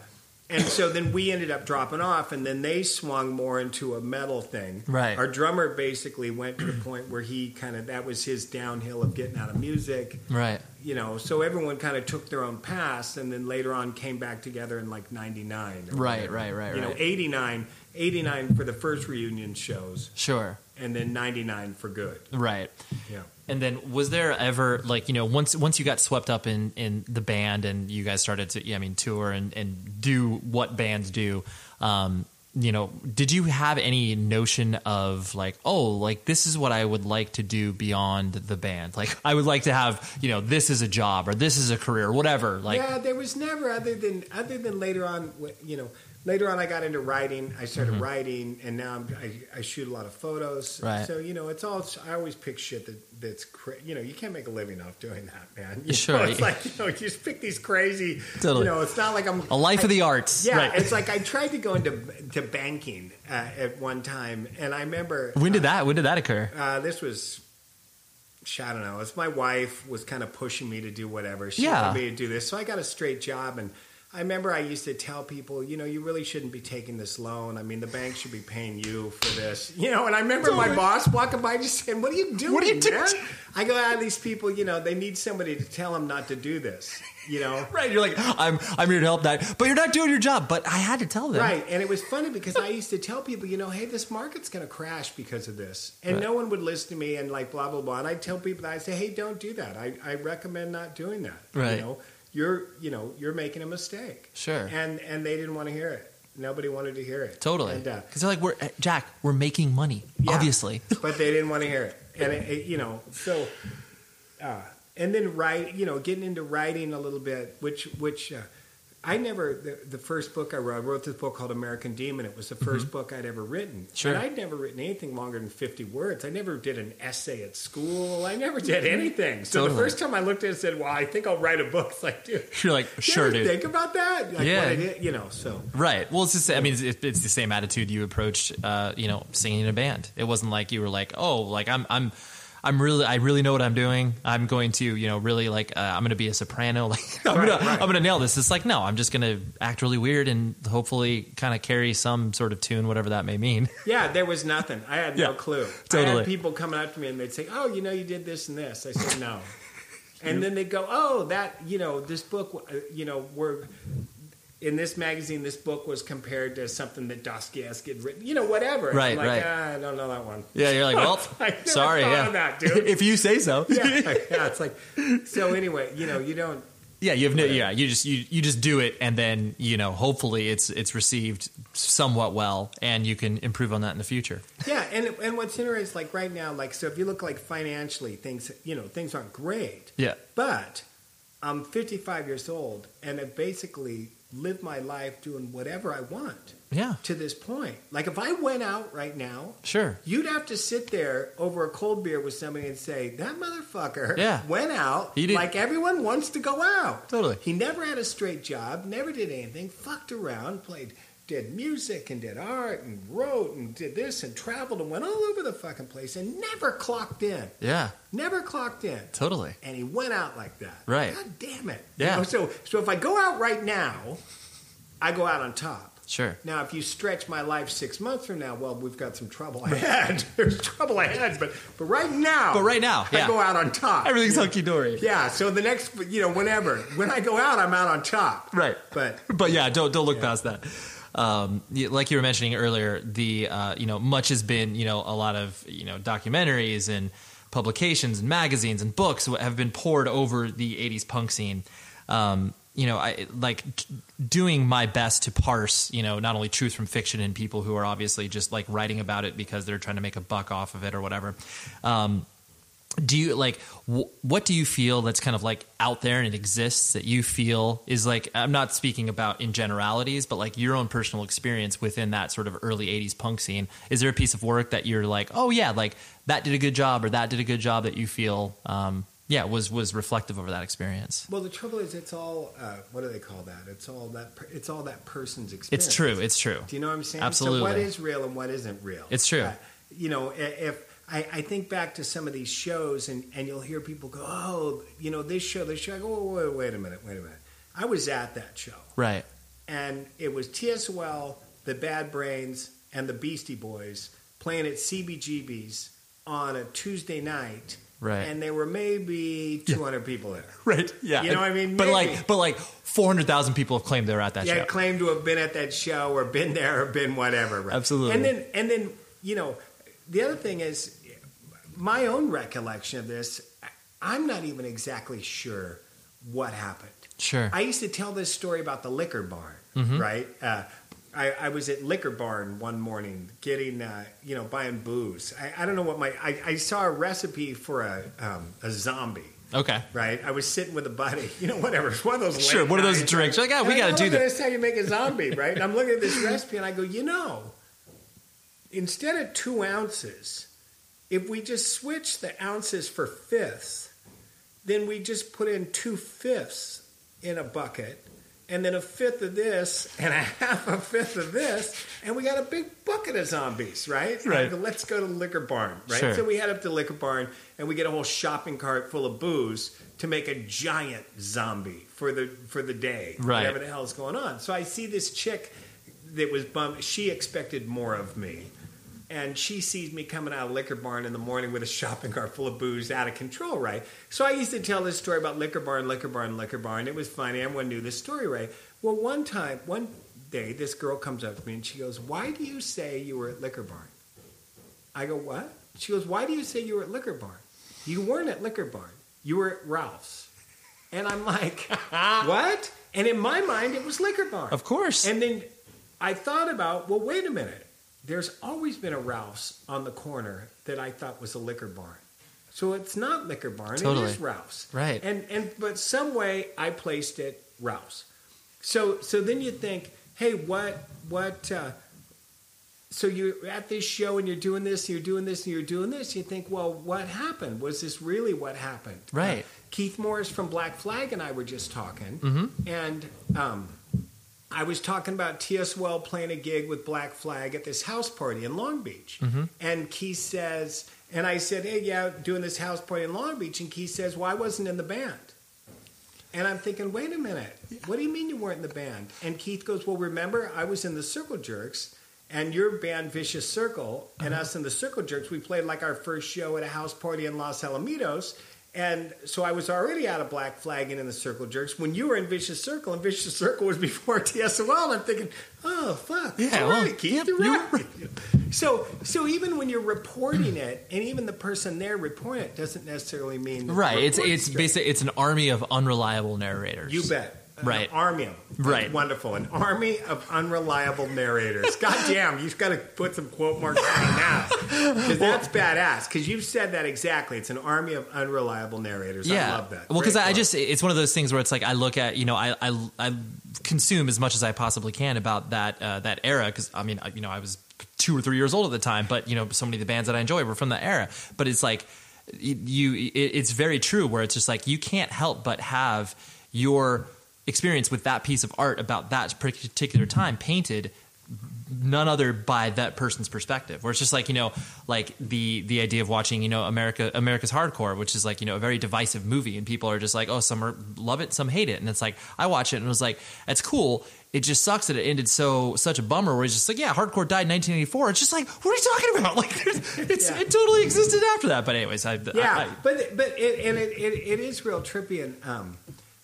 C: and so then we ended up dropping off, and then they swung more into a metal thing.
B: Right.
C: Our drummer basically went to the point where he kind of that was his downhill of getting out of music.
B: right
C: You know, so everyone kind of took their own paths, and then later on came back together in like '99.
B: Right, right, right,
C: You know,
B: right.
C: '89, '89 for the first reunion shows
B: sure
C: and then 99 for good.
B: right
C: Yeah.
B: And then was there ever like you know once once you got swept up in in the band and you guys started to yeah, I mean tour and and do what bands do um you know did you have any notion of like oh like this is what I would like to do beyond the band like I would like to have you know this is a job or this is a career whatever like
C: yeah, there was never other than other than later on wh- you know Later on, I got into writing. I started
B: Mm-hmm.
C: writing, and now I'm, I, I shoot a lot of photos.
B: Right.
C: So you know, it's all. I always pick shit that that's cra- you know you can't make a living off doing that, man. *laughs* You
B: Sure.
C: know, it's like you know you just pick these crazy.
B: Totally.
C: You know, it's not like I'm
B: A life of the arts.
C: yeah,
D: Right.
C: it's like I tried to go into to banking uh, at one time, and I remember
B: When did that? When did that occur?
C: uh, this was. sh- I don't know. It's my wife was kind of pushing me to do whatever. She
B: Yeah.
C: wanted me to do this, so I got a straight job. And I remember I used to tell people, you know, you really shouldn't be taking this loan. I mean, the bank should be paying you for this, *laughs* you know. And I remember my boss walking by just saying, "What are you doing?
B: What are you doing?"
C: man?" I go, "Ah, these people, you know, they need somebody to tell them not to do this, you know."
B: Right. You're like, I'm I'm here to help that, but you're not doing your job. But I had to tell them.
C: Right. And it was funny because I used to tell people, you know, hey, this market's going to crash because of this. And no one would listen to me and like blah, blah, blah. And I'd tell people that I'd say, hey, don't do that. I, I recommend not doing that.
B: Right.
C: You know, you're, you know, you're making a mistake.
B: Sure.
C: And, and they didn't want to hear it. Nobody wanted to hear it.
B: Totally.
C: And, uh,
B: Because they're like, we're eh, Jack. We're making money.
C: Yeah.
B: Obviously.
C: but they didn't want to hear it. And it, it- you know, so uh, and then write, you know, getting into writing a little bit, which which uh, I never the, the first book I wrote, I wrote this book called American Demon. It was the 1st book I'd ever written.
B: Mm-hmm. Sure.
C: And I'd never written anything longer than 50 words. I never did an essay at school. I never did anything. So
B: Mm-hmm. Totally.
C: the first time I looked at it and said, "Well, I think I'll write a book." It's like, dude,
B: *laughs* You're like,
C: you
B: sure,
C: ever
B: dude.
C: Think about that. Like,
B: Yeah.
C: what I did, you know, so
B: Right. Well, it's just. I mean, it's, it's the same attitude you approached. Uh, you know, singing in a band. It wasn't like you were like, oh, like I'm, I'm, I'm really, I really know what I'm doing. I'm going to, you know, really like, uh, I'm going to be a soprano. *laughs* Like, I'm
C: Right,
B: gonna,
C: right.
B: I'm gonna nail this. It's like, no, I'm just gonna act really weird and hopefully kind of carry some sort of tune, whatever that may mean. *laughs*
C: Yeah, there was nothing. I had no
B: Yeah,
C: clue. I
B: totally.
C: had people coming up to me and they'd say, "Oh, you know, you did this and this." I
B: *laughs*
C: said, "No," and then they'd go, "Oh, that you know, this book, uh, you know, we're in this magazine. This book was compared to something that Dostoevsky had written, you know, whatever." And
B: Right,
C: I'm
B: right.
C: like, "Ah, I don't know that
B: *laughs*
C: one.
B: Yeah, you're like, well,
C: I never
B: sorry,
C: thought
B: yeah.
C: of that,
B: *laughs*
C: dude.
B: if you say so.
C: Yeah, *laughs* yeah, it's like so. Anyway, you know, you don't.
B: Yeah, you have no. Yeah, you just you you just do it, and then you know, hopefully, it's it's received somewhat well, and you can improve on that in the future.
C: Yeah, and and what's interesting is like right now, like so if you look like financially, things you know things aren't great.
B: Yeah.
C: But I'm 55 years old, and I basically live my life doing whatever I want
B: Yeah.
C: to this point. Like if I went out right now,
B: Sure.
C: you'd have to sit there over a cold beer with somebody and say that motherfucker
B: Yeah.
C: went out
B: He did-
C: like everyone wants to go out.
B: Totally.
C: He never had a straight job, never did anything, fucked around, played, did music and did art and wrote and did this and traveled and went all over the fucking place and never clocked in.
B: Yeah.
C: Never clocked in.
B: Totally.
C: And he went out like that.
B: Right.
C: God damn it.
B: Yeah.
C: You know, so so if I go out right now, I go out on top.
B: Sure.
C: Now, if you stretch my life six months from now, well, we've got some trouble ahead. *laughs* There's trouble ahead, but but right now,
B: But right now, yeah.
C: I go out on top.
B: Everything's hunky dory.
C: Yeah, so the next, you know, whenever when I go out, I'm out on top.
B: Right.
C: But
B: *laughs* But yeah, don't don't look past that. Um, y- like you were mentioning earlier, the uh, you know much has been you know a lot of you know documentaries and publications and magazines and books wh- have been poured over the '80s punk scene. Um, you know, I like t- doing my best to parse you know not only truth from fiction and people who are obviously just like writing about it because they're trying to make a buck off of it or whatever. Um, do you like wh- what do you feel that's kind of like out there and it exists that you feel is like i'm not speaking about in generalities but like your own personal experience within that sort of early 80s punk scene is there a piece of work that you're like oh yeah like that did a good job or that did a good job that you feel um yeah was was reflective over that experience
C: well, the trouble is, it's all uh, what do they call that? It's all that per- it's all that person's experience.
B: it's true it's true
C: Do you know what I'm saying?
B: Absolutely.
C: So what is real and what isn't real?
B: It's true.
C: Uh, you know, i- if I, I think back to some of these shows and, and you'll hear people go, oh, you know, this show, this show. I go, wait, wait a minute, wait a minute. I was at that show.
B: right
C: and it was TSOL, the Bad Brains, and the Beastie Boys playing at CBGB's on a Tuesday night.
B: Right.
C: And there were maybe 200 people there.
B: *laughs* right yeah
C: You know what I mean?
B: but
C: Maybe.
B: like but like 400000 people have claimed they were at that
C: Yeah,
B: show
C: claimed to have been at that show or been there or been whatever. Right?
B: Absolutely.
C: And then, and then, you know, the other thing is my own recollection of this, I'm not even exactly sure what happened.
B: sure
C: I used to tell this story about the liquor barn,
B: Mm-hmm.
C: right? Uh, I, I was at liquor barn one morning getting, uh, you know, buying booze. I, I don't know what my I, I saw a recipe for a um, a zombie.
B: Okay.
C: right? I was sitting with a buddy, *laughs* you know, whatever. It's one of those.
B: Sure,
C: late
B: one of those
C: nights.
B: drinks. You're like, "Ah,
C: And
B: we
C: I
B: gotta
C: go,
B: do
C: "Look at
B: this."
C: This how you make a zombie, right? And I'm looking at this recipe, and I go, you know, instead of two ounces, if we just switch the ounces for fifths, then we just put in two fifths in a bucket. And then a fifth of this, and a half a fifth of this, and we got a big bucket of zombies, right? And I
B: Right.
C: go, Let's go to Liquor Barn, right?
B: Sure.
C: So we head up to Liquor Barn and we get a whole shopping cart full of booze to make a giant zombie for the for the day.
B: Right.
C: Whatever the hell's going on. So I see this chick that was bummed. She expected more of me. And she sees me coming out of Liquor Barn in the morning with a shopping cart full of booze out of control, right? So I used to tell this story about Liquor Barn, Liquor Barn, Liquor Barn. It was funny. Everyone knew this story, right? Well, one time, one day, this girl comes up to me and she goes, Why do you say you were at Liquor Barn? I go, what? She goes, why do you say you were at Liquor Barn? You weren't at Liquor Barn. You were at Ralph's. And
B: *laughs*
C: I'm like, what? And in my mind, it was Liquor Barn.
B: Of course.
C: And then I thought about, well, wait a minute. There's always been a Ralph's on the corner that I thought was a Liquor Barn. So it's not Liquor Barn. It
B: Totally.
C: is Ralph's.
B: Right.
C: And and but some way I placed it Ralph's. So so then you think, hey, what what? Uh, so you're at this show and you're doing this and you're doing this and you're doing this. You think, well, what happened? Was this really what happened?
B: Right.
C: Uh, Keith Morris from Black Flag and I were just talking, and um, I was talking about T.S. Well playing a gig with Black Flag at this house party in Long Beach, and Keith says, and I said, hey, yeah, doing this house party in Long Beach, and Keith says, well, I wasn't in the band. And I'm thinking, wait a minute, what do you mean you weren't in the band? And Keith goes, well, remember, I was in the Circle Jerks, and your band Vicious Circle, and
B: Uh-huh.
C: us in the Circle Jerks, we played like our first show at a house party in Los Alamitos. And so I was already out of Black Flag and in the Circle Jerks when you were in Vicious Circle, and Vicious Circle was *laughs* before TSOL. And I'm thinking, oh, fuck.
B: Yeah,
C: All
B: well,
C: right, Keith,
B: yep,
C: you're
B: you're
C: right. *laughs* So, so even when you're reporting it, and even the person there reporting it doesn't necessarily mean that the
B: Right. It's
C: report is
B: it's
C: straight.
B: basically it's an army of unreliable narrators.
C: You bet. Uh,
B: Right.
C: An army. of-
B: Right.
C: Wonderful. An army of unreliable narrators. God damn, you've got to put some quote marks on that. Because that's badass. Because you said that exactly. It's an army of unreliable narrators.
B: Yeah.
C: I love that.
B: Well, because
C: Great
B: I, I
C: quote.
B: just it's one of those things where it's like I look at you know I I, I consume as much as I possibly can about that uh, that era because I mean I- you know I was two or three years old at the time, but you know so many of the bands that I enjoy were from that era. But it's like y- you it, it's very true where it's just like you can't help but have your experience with that piece of art about that particular time painted none other by that person's perspective. Where it's just like you know, like the the idea of watching you know America America's Hardcore, which is like you know a very divisive movie, and people are just like, oh, some are, love it, some hate it, and it's like I watch it and it was like, that's cool. It just sucks that it ended so such a bummer. Where it's just like, yeah, hardcore died in 1984. It's just like, what are you talking about? *laughs* Like, there's, it's,
C: Yeah.
B: it totally existed after that. But anyways, I,
C: yeah,
B: I, I
C: but but it, and it, it, it is real trippy and um,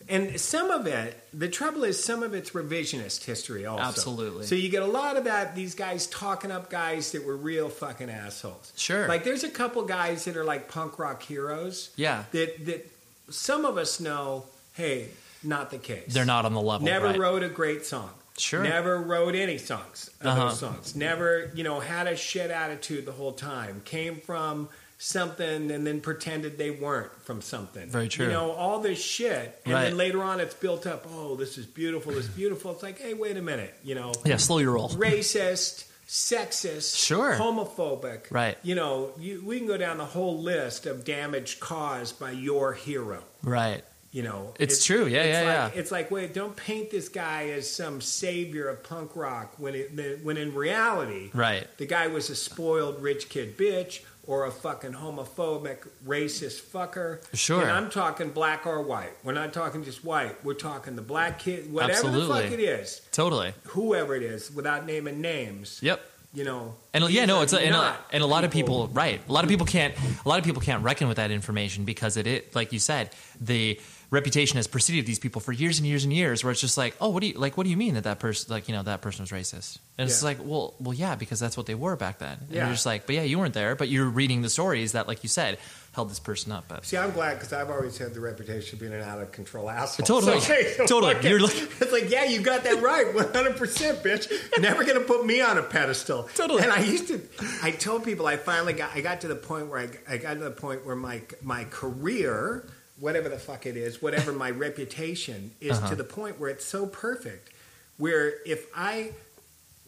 C: and some of it. The trouble is some of it's revisionist history. Also,
B: Absolutely.
C: So you get a lot of that. These guys talking up guys that were real fucking assholes.
B: Sure.
C: Like there's a couple guys that are like punk rock heroes.
B: Yeah.
C: That that some of us know. Hey, not the case.
B: they're not on the level.
C: Never
B: right?
C: wrote a great song.
B: Sure.
C: Never wrote any songs. Of
B: Uh-huh.
C: those songs. Never, you know, had a shit attitude the whole time. Came from something and then pretended they weren't from something.
B: Very true.
C: You know, all this shit. And
B: Right.
C: then later on it's built up, oh, this is beautiful, this is beautiful. It's like, hey, wait a minute, you know
B: Yeah, slow your roll.
C: racist, sexist,
B: Sure.
C: homophobic.
B: Right.
C: You know, you, we can go down the whole list of damage caused by your hero.
B: Right.
C: You know,
B: It's true. Yeah,
C: it's
B: yeah,
C: like,
B: yeah.
C: It's like, wait, don't paint this guy as some savior of punk rock when it the- when in reality,
B: Right.
C: the guy was a spoiled rich kid bitch or a fucking homophobic racist fucker.
B: Sure.
C: And I'm talking black or white. We're not talking just white. We're talking the black kid, whatever the fuck
B: Absolutely.
C: it is,
B: Totally.
C: whoever it is, without naming names
B: Yep.
C: you know
B: And yeah,
C: these
B: no,
C: are
B: it's a, and, a,
C: not
B: and a lot of people, right? A lot of people can't, a lot of people can't reckon with that information because it, it, like you said, the reputation has preceded these people for years and years and years. Where it's just like, oh, what do you like? What do you mean that that person, like you know, that person was racist? And it's
C: Yeah.
B: like, well, well, yeah, because that's what they were back then. And
C: Yeah.
B: you're just like, but yeah, you weren't there, but you're reading the stories that, like you said, held this person up.
C: *laughs*
B: But
C: See, I'm glad because I've always had the reputation of being an out of control asshole. *laughs*
B: Totally.
C: hey,
B: *laughs* Totally.
C: fuck it.
B: You're like-
C: it's like, yeah, you got that right, 100, percent bitch. Never gonna put me on a pedestal.
B: Totally.
C: And I used to, I told people, I finally got, I got to the point where I, I got to the point where my my career whatever the fuck it is, whatever my reputation is
B: Uh-huh.
C: to the point where it's so perfect. Where if I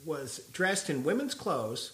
C: was dressed in women's clothes,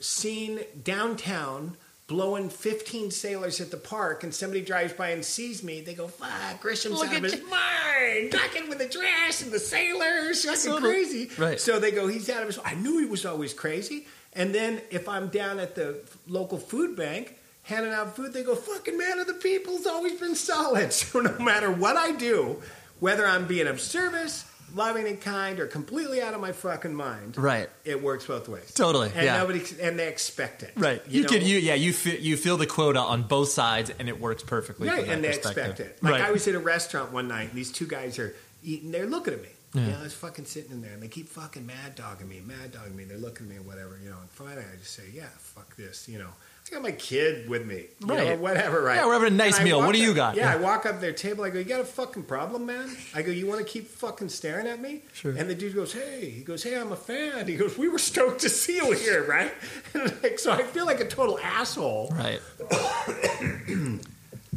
C: seen downtown blowing 15 sailors at the park, and somebody drives by and sees me, they go, fuck, Grisham's
B: Look
C: out of
B: at
C: his mind, talking with the dress and the sailors, fucking
B: Totally.
C: crazy.
B: Right.
C: So they go, he's out of his I knew he was always crazy. And then if I'm down at the local food bank, handing out food, they go, fucking man of the people's always been solid. *laughs* So no matter what I do, whether I'm being of service, loving and kind, or completely out of my fucking mind,
B: Right.
C: it works both ways.
B: Totally,
C: And
B: yeah.
C: nobody and they expect it.
B: Right. You, could
C: know?
B: you yeah, you feel you feel the quota on both sides and it works perfectly.
C: Right,
B: from that
C: and they
B: perspective.
C: expect it. Like
B: right.
C: I was at a restaurant one night, and these two guys are eating. They're looking at me. You know, I was fucking sitting in there, and they keep fucking mad dogging me, mad dogging me. They're looking at me, whatever. You know, and finally I just say, "Yeah, fuck this." You know, I got my kid with me, you know,
B: Right.
C: or whatever. Right?
B: Yeah, we're having a nice
C: And I
B: meal. What
C: walk
B: do you
C: up-
B: got?
C: Yeah,
B: Yeah.
C: I walk up their table. I go, "You got a fucking problem, man?" I go, "You want to keep fucking staring at me?"
B: Sure.
C: And the dude goes, "Hey," he goes, "Hey, I'm a fan." He goes, "We were stoked to see you here, *laughs* right?" And like, so I feel like a total asshole.
B: Right.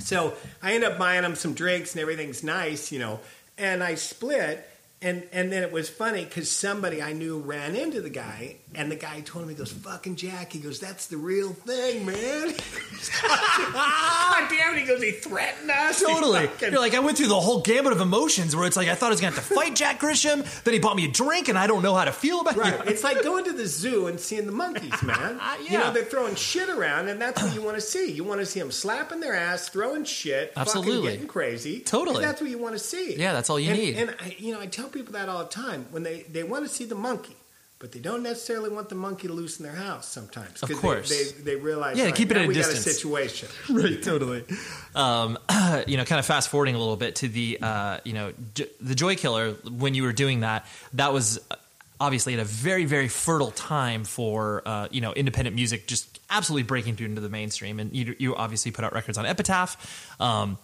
C: So I end up buying them some drinks and everything's nice, you know. And I split, and and then it was funny because somebody I knew ran into the guy, and the guy told him he goes, "Fucking Jack," he goes, "That's the real thing, man." *laughs* God damn it! He goes, "He threatened *laughs* us." He
B: Totally.
C: fucking-
B: You're like, I went through the whole gamut of emotions where it's like I thought I was gonna have to fight Jack Grisham, then he bought me a drink and I don't know how to feel *laughs* about
C: Right.
B: it.
C: It's like going to the zoo and seeing the monkeys,
B: *laughs*
C: man. You
B: Uh, Yeah.
C: know, they're throwing shit around, and that's what you want to see. You want to see them slapping their ass, throwing shit, fucking
B: Absolutely.
C: getting crazy.
B: Totally.
C: And that's what you want to see.
B: Yeah, that's all you
C: And-
B: need.
C: And, I, you know, I tell people that all the time when they, they want to see the monkey. But they don't necessarily want the monkey loose in their house sometimes. 'cause
B: Of course.
C: They, they, they realize,
B: Yeah,
C: all right,
B: keep it
C: now
B: at a
C: we got a
B: distance.
C: situation.
B: *laughs* right, totally. Um, you know, kind of fast forwarding a little bit to the, uh, you know, J- the Joy Killer. When you were doing that, that was uh, obviously at a very, very fertile time for, uh, you know, independent music just absolutely breaking through into the mainstream. And you, you obviously put out records on Epitaph. Um,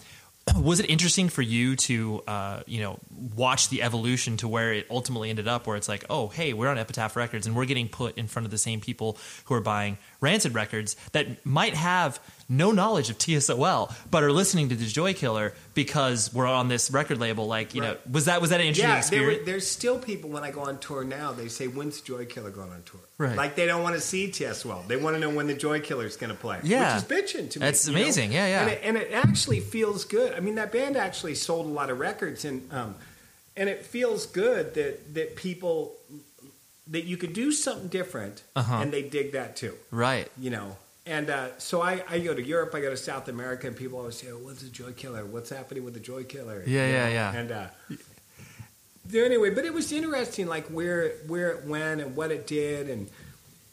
B: was it interesting for you to, uh, you know, watch the evolution to where it ultimately ended up, where it's like, oh, hey, we're on Epitaph Records and we're getting put in front of the same people who are buying Rancid records that might have no knowledge of TSOL, but are listening to the Joy Killer because we're on this record label. Like, you know,
C: Right.
B: was that was that an interesting
C: Yeah, there were,
B: experience?
C: there's still people when I go on tour now. They say, "When's Joy Killer going on tour?"
B: Right.
C: Like they don't want to see TS well. They want to know when the Joy Killer's going to play.
B: Yeah.
C: which is bitching to me.
B: That's
C: you know?
B: amazing. Yeah, yeah.
C: And it, and it actually feels good. I mean, that band actually sold a lot of records, and um, and it feels good that that people that you could do something different,
B: Uh-huh.
C: and they dig that too
B: right.
C: you know. And uh, so I, I go to Europe, I go to South America, and people always say, oh, "What's the Joy Killer? What's happening with the Joy Killer?"
B: Yeah,
C: You
B: yeah,
C: know,
B: yeah.
C: And uh, so anyway, but it was interesting, like where where it went and what it did, and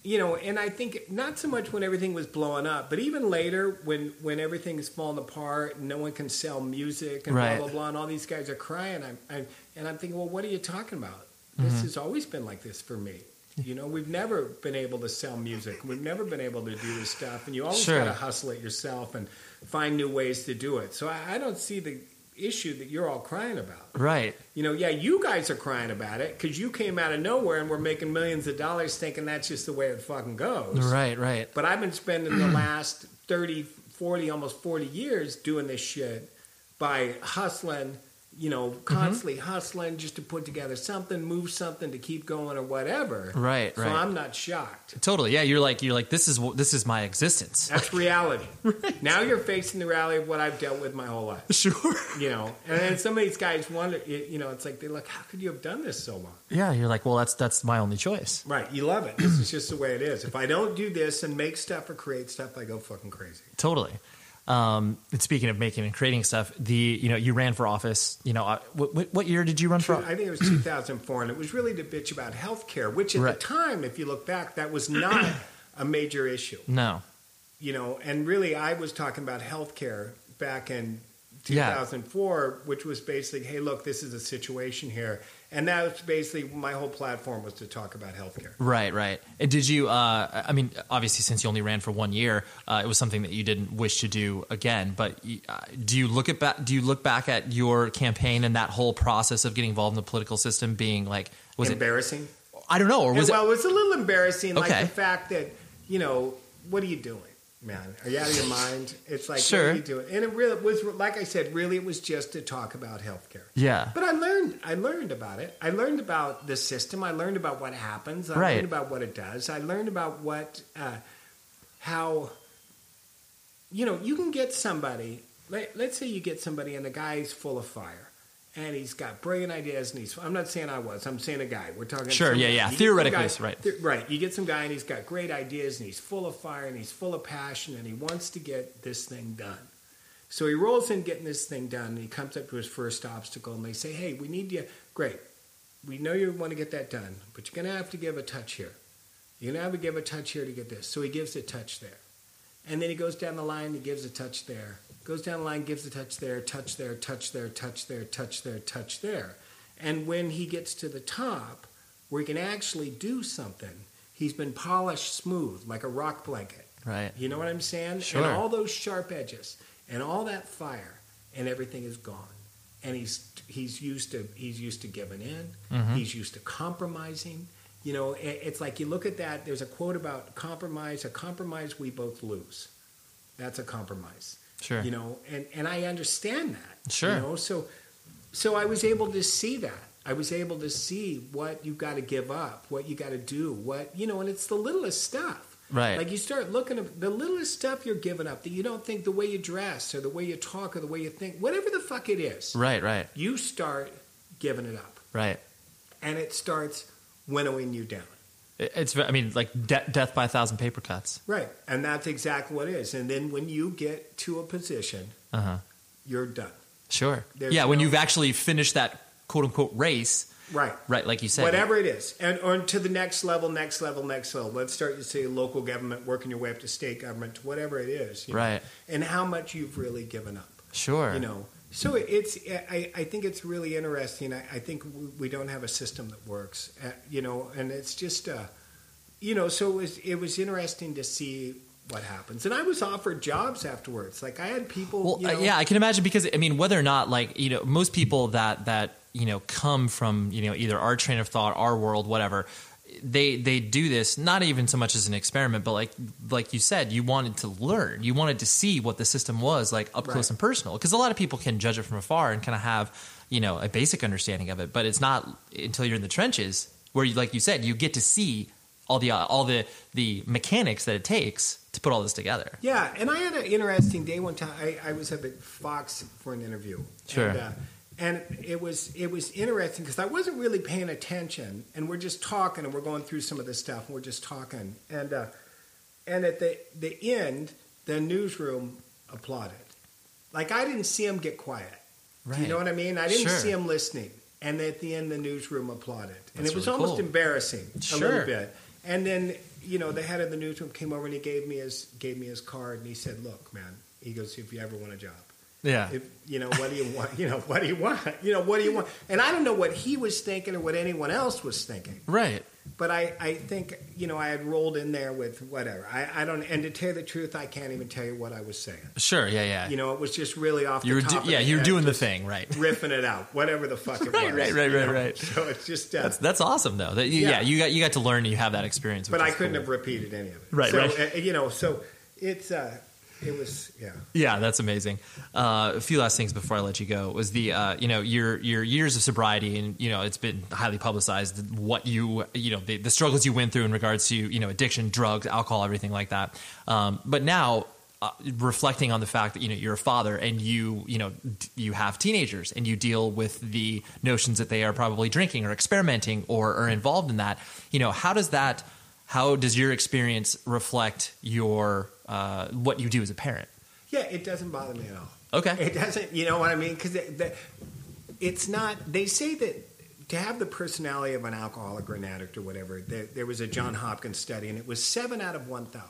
C: you know, and I think not so much when everything was blowing up, but even later when when everything is falling apart, and no one can sell music, and
B: Right.
C: blah blah blah, and all these guys are crying. I'm, I'm and I'm thinking, well, what are you talking about? This has always been like this for me. You know, we've never been able to sell music. We've never been able to do this stuff, and you always
B: Sure.
C: got to hustle it yourself and find new ways to do it. So I, I don't see the issue that you're all crying about.
B: Right.
C: You know, yeah, you guys are crying about it because you came out of nowhere and we're making millions of dollars thinking that's just the way it fucking goes.
B: Right. Right.
C: But I've been spending the last 30, 40, almost 40 years doing this shit by hustling, you know, constantly hustling just to put together something, move something to keep going or whatever.
B: Right,
C: So
B: right.
C: I'm not shocked.
B: Totally. Yeah. You're like you're like this is wh- this is my
C: *laughs*
B: existence.
C: That's reality. Now you're facing the reality of what I've dealt with my whole life.
B: Sure.
C: You know, and then some of these guys wonder, you know, it's like they're like, how could you have done this so long?
B: Yeah. You're like, well, that's that's my only choice.
C: Right, you love it. This is just the way it is. If I don't do this and make stuff or create stuff, I go fucking crazy.
B: Totally. Um, and speaking of making and creating stuff, the you know you ran for office. You know, uh, what, what- what year did you run for?
C: I think it was 2004, and it was really to bitch about healthcare, which at
B: Right.
C: the time, if you look back, that was not a major issue.
B: no.
C: You know, and really, I was talking about healthcare back in
B: Yeah.
C: 2004, which was basically, hey, look, this is a situation here, and that was basically my whole platform was to talk about healthcare.
B: Right, right. And did you? Uh, I mean, obviously, since you only ran for one year, uh, it was something that you didn't wish to do again. But you- uh, do you look at back? Do you look back at your campaign and that whole process of getting involved in the political system being like, was it?
C: Embarrassing.
B: I don't know, or was
C: well, it was a little embarrassing,
B: Okay.
C: like the fact that you know, what are you doing? man. Are you out of your mind? It's like,
B: Sure.
C: what are you doing? And it really was, like I said, really it was just to talk about healthcare.
B: Yeah.
C: But I learned, I learned about it. I learned about the system. I learned about what happens. I
B: Right.
C: learned about what it does. I learned about what, uh, how, you know, you can get somebody. Let, let's say you get somebody, and the guy's full of fire, and he's got brilliant ideas, and he's. I'm not saying I was. I'm saying a guy. We're talking.
B: Sure,
C: some
B: yeah,
C: guy.
B: yeah.
C: You get some
B: Theoretically,
C: guy-
B: it's right.
C: the- right. You get some guy, and he's got great ideas, and he's full of fire, and he's full of passion, and he wants to get this thing done. So he rolls in getting this thing done, and he comes up to his first obstacle, and they say, "Hey, we need you. Great, we know you want to get that done, but you're going to have to give a touch here. You're going to have to give a touch here to get this." So he gives a touch there, and then he goes down the line, he gives a touch there, goes down the line, gives a touch there, touch there, touch there, touch there, touch there, touch there, and when he gets to the top, where he can actually do something, he's been polished smooth like a rock blanket.
B: Right.
C: You know what I'm saying?
B: Sure.
C: And all those sharp edges and all that fire and everything is gone. And he's he's used to he's used to giving in. He's used to compromising. You know, i- it's like you look at that. There's a quote about compromise. A compromise we both lose. That's a compromise.
B: Sure.
C: You know, and and I understand that.
B: Sure.
C: You know, so so I was able to see that. I was able to see what you got to give up, what you got to do, what you know, and it's the littlest stuff.
B: Right.
C: Like you start looking at the littlest stuff you're giving up that you don't think the way you dress or the way you talk or the way you think, whatever the fuck it is,
B: Right, right,
C: you start giving it up,
B: right.
C: and it starts winnowing you down.
B: It- It's, I mean, like de- death by a thousand paper cuts.
C: Right. And that's exactly what it is. And then when you get to a position,
B: Uh huh.
C: you're done.
B: Sure.
C: There's
B: yeah, when
C: no-
B: you've actually finished that quote unquote race,
C: Right.
B: right? Like you said,
C: Whatever it is, and on to the next level, next level, next level. Let's start to say local government, working your way up to state government, to whatever it is, you know,
B: Right.
C: and how much you've really given up,
B: Sure.
C: you know. So it- it's, I, I think it's really interesting. I, I think we- we don't have a system that works, uh, you know, and it's just, uh, you know, so it was, it was interesting to see what happens. And I was offered jobs afterwards. Like I had people,
B: Well,
C: you know,
B: uh, yeah, I can imagine because I mean, whether or not like you know, most people that that you know come from you know either our train of thought, our world, whatever. They they do this not even so much as an experiment, but like like you said, you wanted to learn, you wanted to see what the system was like up close
C: Right.
B: and personal. Because a lot of people can judge it from afar and kind of have you know a basic understanding of it, but it's not until you're in the trenches where, you, like you said, you get to see all the uh, all the the mechanics that it takes to put all this together.
C: Yeah, and I had an interesting day one time. I, I was up at Fox for an interview.
B: Sure.
C: And, uh, and it was it was interesting because I wasn't really paying attention, and we're just talking, and we're going through some of this stuff, and we're just talking, and uh, and at the the end, the newsroom applauded. Like I didn't see him get quiet. Do you know what I mean? I didn't
B: Sure.
C: see him listening. And at the end, the newsroom applauded. And
B: That's
C: it was
B: really
C: almost
B: cool.
C: embarrassing a
B: Sure.
C: little bit. And then, you know, the head of the newsroom came over and he gave me his gave me his card and he said, Look, man, he goes, If you ever want a job,
B: Yeah.
C: if you know, what do you want? *laughs* You know, what do you want? You know, what do you want? And I don't know what he was thinking or what anyone else was thinking.
B: Right.
C: But I, I think, you know, I had rolled in there with whatever. I, I don't and to tell you the truth, I can't even tell you what I was saying.
B: Sure. Yeah. Yeah.
C: You know, it was just really off
B: You were
C: the top.
B: do,
C: of
B: yeah,
C: the
B: you're
C: head,
B: doing the
C: just-
B: thing,
C: *laughs*
B: right?
C: riffing it out, whatever the fuck it
B: *laughs* Right,
C: was.
B: right, right,
C: you
B: right,
C: know?
B: right.
C: So it's just, uh,
B: That's that's awesome though. That you, yeah.
C: Yeah.
B: you got you got to learn and you have that experience.
C: but
B: which
C: I
B: is
C: couldn't
B: cool.
C: have repeated any of it.
B: Right,
C: so,
B: right.
C: Uh, you know, so it's, uh, it was, yeah.
B: Yeah, that's amazing. Uh, a few last things before I let you go was the uh, you know your your years of sobriety and you know it's been highly publicized what you you know the, the struggles you went through in regards to you know addiction, drugs, alcohol, everything like that. Um, but now. Uh, reflecting on the fact that you know you're a father and you you know d- you have teenagers and you deal with the notions that they are probably drinking or experimenting or are involved in that you know how does that how does your experience reflect your uh, what you do as a parent
C: Yeah, it doesn't bother me at all.
B: Okay.
C: It doesn't, you know what I mean? Because it, that- it's not, they say that to have the personality of an alcoholic or an addict or whatever, there, there was a John Hopkins study and it was seven out of 1,000.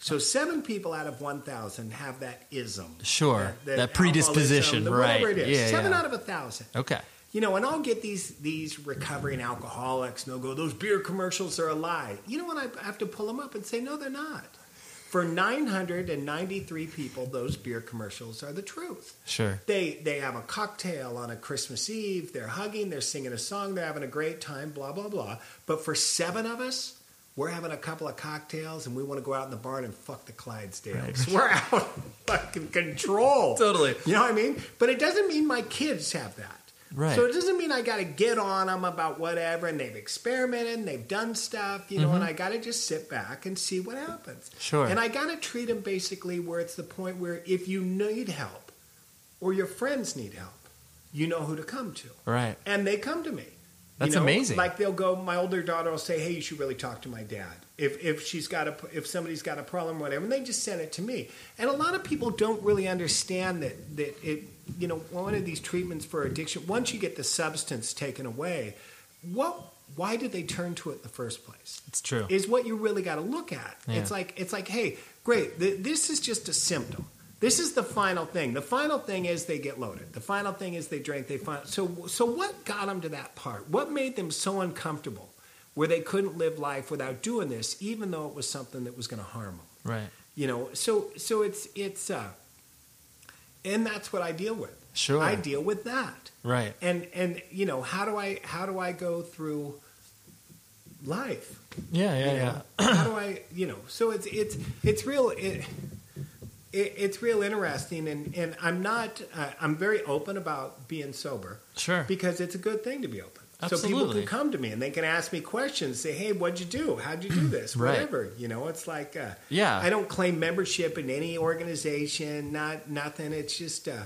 C: So seven people out of 1,000 have that ism.
B: Sure. That
C: alcoholism,
B: predisposition,
C: the
B: right.
C: Whatever it is.
B: Yeah,
C: seven
B: yeah.
C: out of a 1,000.
B: Okay.
C: You know, and I'll get these these recovering alcoholics, and they'll go, "Those beer commercials are a lie." You know what? I have to pull them up and say, "No, they're not." For 993 people, those beer commercials are the truth.
B: Sure.
C: They they have a cocktail on a Christmas Eve. They're hugging. They're singing a song. They're having a great time. Blah blah blah. But for seven of us, we're having a couple of cocktails and we want to go out in the barn and fuck the Clydesdales. We're out of fucking control.
B: Totally.
C: *laughs* You know what I mean? But it doesn't mean my kids have that.
B: Right.
C: So it doesn't mean I got to get on them about whatever and they've experimented and they've done stuff, you know, and I got to just sit back and see what happens.
B: Mm-hmm. Sure.
C: And I got to treat them basically where it's the point where if you need help or your friends need help, you know who to come to
B: Right.
C: and they come to me.
B: That's amazing.
C: Like they'll go, my older daughter will say, "Hey, you should really talk to my dad if if she's got a if somebody's got a problem, or whatever." And they just send it to me. And a lot of people don't really understand that that it you know one of these treatments for addiction. Once you get the substance taken away, what why did they turn to it in the first place?
B: It's true.
C: is what you really got to look at.
B: Yeah.
C: It's like it's like, hey, great, th- this is just a symptom. This is the final thing. The final thing is they get loaded. The final thing is they drink. They find so so. What got them to that part? What made them so uncomfortable where they couldn't live life without doing this, even though it was something that was going to harm them?
B: right.
C: You know. So so it's it's uh, and that's what I deal with.
B: Sure.
C: I deal with that
B: Right.
C: and and you know how do i how do i go through life
B: Yeah. Yeah.
C: you
B: Yeah.
C: know? *clears throat* how do i you know so it's it's it's real it, it, it's real interesting and and i'm not uh, i'm very open about being sober
B: Sure.
C: because it's a good thing to be open so people
B: Absolutely.
C: can come to me and they can ask me questions say hey what'd you do how'd
B: *clears throat*
C: you do this
B: Right.
C: whatever you know it's like uh,
B: Yeah.
C: i don't claim membership in any organization not nothing it's just uh,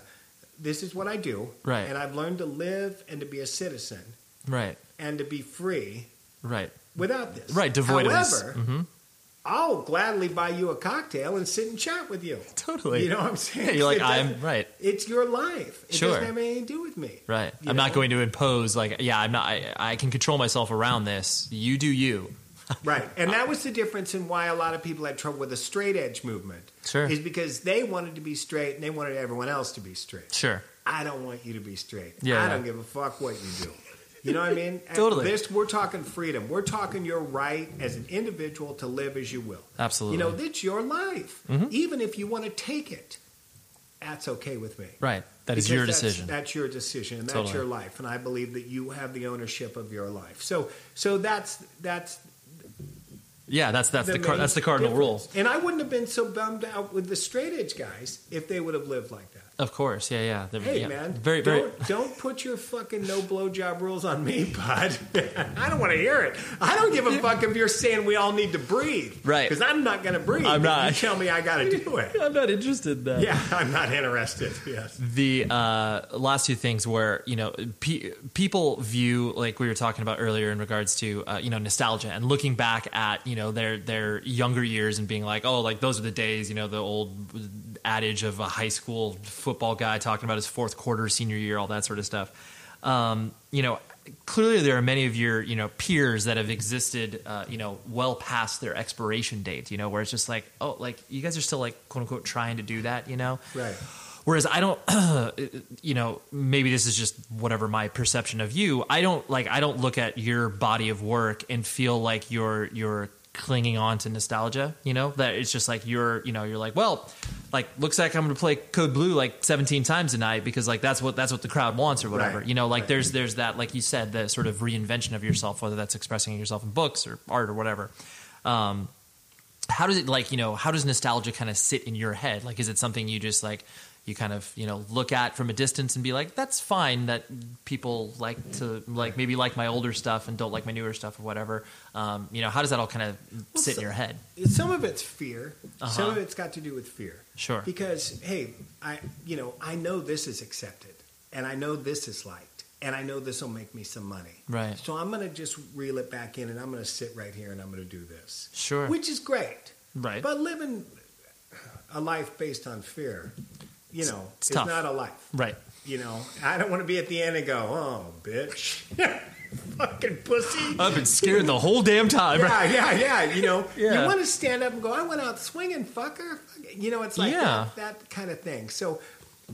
C: this is what i do
B: Right.
C: and i've learned to live and to be a citizen
B: Right.
C: and to be free
B: Right.
C: without this.
B: Right, devoid of
C: However,
B: this. Mm-hmm.
C: I'll gladly buy you a cocktail and sit and chat with you.
B: Totally.
C: You know what I'm saying?
B: Yeah, *laughs* you're
C: *laughs*
B: like,
C: It doesn't-
B: I'm- right.
C: It's your life. It
B: Sure.
C: doesn't have anything to do with me.
B: Right.
C: You
B: I'm not
C: know?
B: going to impose like yeah, I'm not I, I can control myself around this. You do you.
C: Right. And that was the difference in why a lot of people had trouble with the straight edge movement.
B: Sure.
C: Is because they wanted to be straight and they wanted everyone else to be straight.
B: Sure.
C: I don't want you to be straight.
B: Yeah.
C: I don't give a fuck what you do. You know what
B: *laughs*
C: I mean?
B: Totally.
C: This we're talking freedom. We're talking your right as an individual to live as you will.
B: Absolutely.
C: You know, that's your life.
B: Mm-hmm.
C: Even if you want to take it, that's okay with me.
B: Right. That is
C: Because
B: your
C: that's-
B: decision.
C: That's your decision. and That's
B: Totally.
C: your life, and I believe that you have the ownership of your life. So, so that's that's
B: yeah, that's that's the, car,
C: main
B: that's the cardinal rule.
C: difference. And I wouldn't have been so bummed out with the straight edge guys if they would have lived like that.
B: Of course. Yeah, yeah. The-
C: Hey
B: yeah.
C: man,
B: Very very
C: don't, don't put your fucking no blowjob rules on me, bud. *laughs* I don't want to hear it. I don't give a fuck if you're saying we all need to breathe,
B: Right.
C: Because I'm not going to breathe.
B: I'm
C: if
B: not.
C: You tell me I
B: *laughs*
C: got to do it.
B: I'm not interested in that.
C: Yeah, I'm not interested. Yes.
B: the uh, last two things were you know pe- people view like we were talking about earlier in regards to uh, you know nostalgia and looking back at you know their their younger years and being like oh like those are the days you know the old adage of a high school football guy talking about his fourth quarter senior year all that sort of stuff um, you know clearly there are many of your you know peers that have existed uh, you know well past their expiration date you know where it's just like oh like you guys are still like quote unquote trying to do that you know
C: Right.
B: Whereas I don't, *clears throat* you know, maybe this is just whatever my perception of you. I don't like I don't look at your body of work and feel like you're you're clinging on to nostalgia. You know that it's just like you're you know you're like well, like looks like I'm going to play Code Blue like 17 times tonight because like that's what that's what the crowd wants or whatever.
C: Right,
B: You know like
C: right.
B: there's there's that like you said the sort of reinvention of yourself whether that's expressing yourself in books or art or whatever. Um, how does it like you know how does nostalgia kind of sit in your head like is it something you just like you kind of you know look at from a distance and be like that's fine that people like to like maybe like my older stuff and don't like my newer stuff or whatever um, you know how does that all kind of sit in
C: so-
B: your head
C: Some of it's fear. Some
B: Uh-huh.
C: of it's got to do with fear.
B: Sure.
C: Because hey, I you know I know this is accepted, and I know this is liked, and I know this will make me some money.
B: Right.
C: So I'm going to just reel it back in, and I'm going to sit right here, and I'm going to do this.
B: Sure.
C: Which is great.
B: right
C: But living a life based on fear, you know,
B: it's
C: is
B: tough.
C: not a life.
B: right
C: You know, I don't want to be at the end and go, oh, bitch, *laughs* fucking pussy.
B: i've been scared the whole damn time *laughs*
C: Yeah, yeah, yeah. You know,
B: Yeah.
C: you want to stand up and go, I went out swinging, fucker. You know, it's like
B: Yeah.
C: that, that kind of thing. So,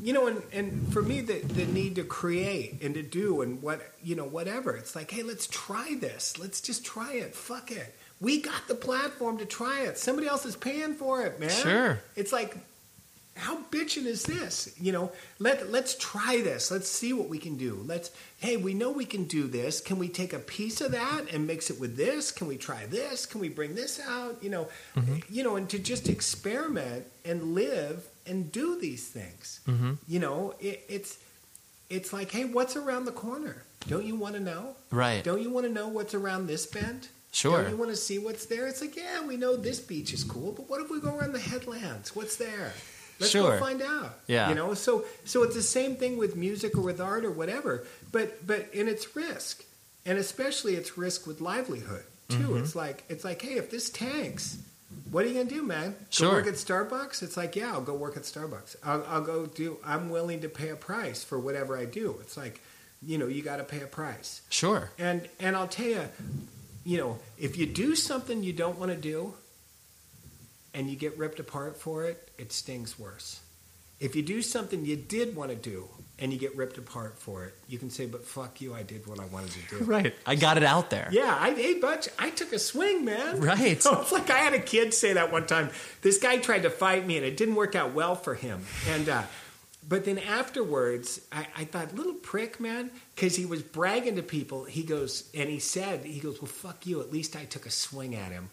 C: you know, and, and for me, the, the need to create and to do and what, you know, whatever, it's like, hey, let's try this. Let's just try it. Fuck it. We got the platform to try it. Somebody else is paying for it, man.
B: Sure.
C: It's like, how bitching is this? You know, let let's try this. Let's see what we can do. Let's hey, we know we can do this. Can we take a piece of that and mix it with this? Can we try this? Can we bring this out? You know, you know, and to just experiment and live and do these things. You know, it, it's it's like hey, what's around the corner? Don't you want to know?
B: Right.
C: Don't you want to know what's around this bend?
B: Sure.
C: Don't you want to see what's there? It's like, yeah, we know this beach is cool, but what if we go around the headlands? What's there? Let's
B: Sure.
C: go find out.
B: Yeah.
C: You know, so so it's the same thing with music or with art or whatever, but but and it's risk. And especially it's risk with livelihood too.
B: Mm-hmm.
C: It's like it's like, hey, if this tanks, what are you gonna do, man?
B: Sure.
C: Go work at Starbucks? It's like, yeah, I'll go work at Starbucks. I'll, I'll go do. I'm willing to pay a price for whatever I do. It's like, you know, you got to pay a price.
B: Sure.
C: And and I'll tell you, you know, if you do something you don't want to do and you get ripped apart for it, it stings worse. If you do something you did want to do and you get ripped apart for it, you can say, "But fuck you, I did what I wanted to
B: *laughs*
C: do."
B: Right. I got it out there.
C: Yeah, I hey, Butch, I took a swing, man.
B: Right.
C: *laughs* So it's like I had a kid say that one time. This guy tried to fight me, and it didn't work out well for him. And uh, but then afterwards, I, I thought, little prick, man, because he was bragging to people. He goes and he said, he goes, well, fuck you. At least I took a swing at him.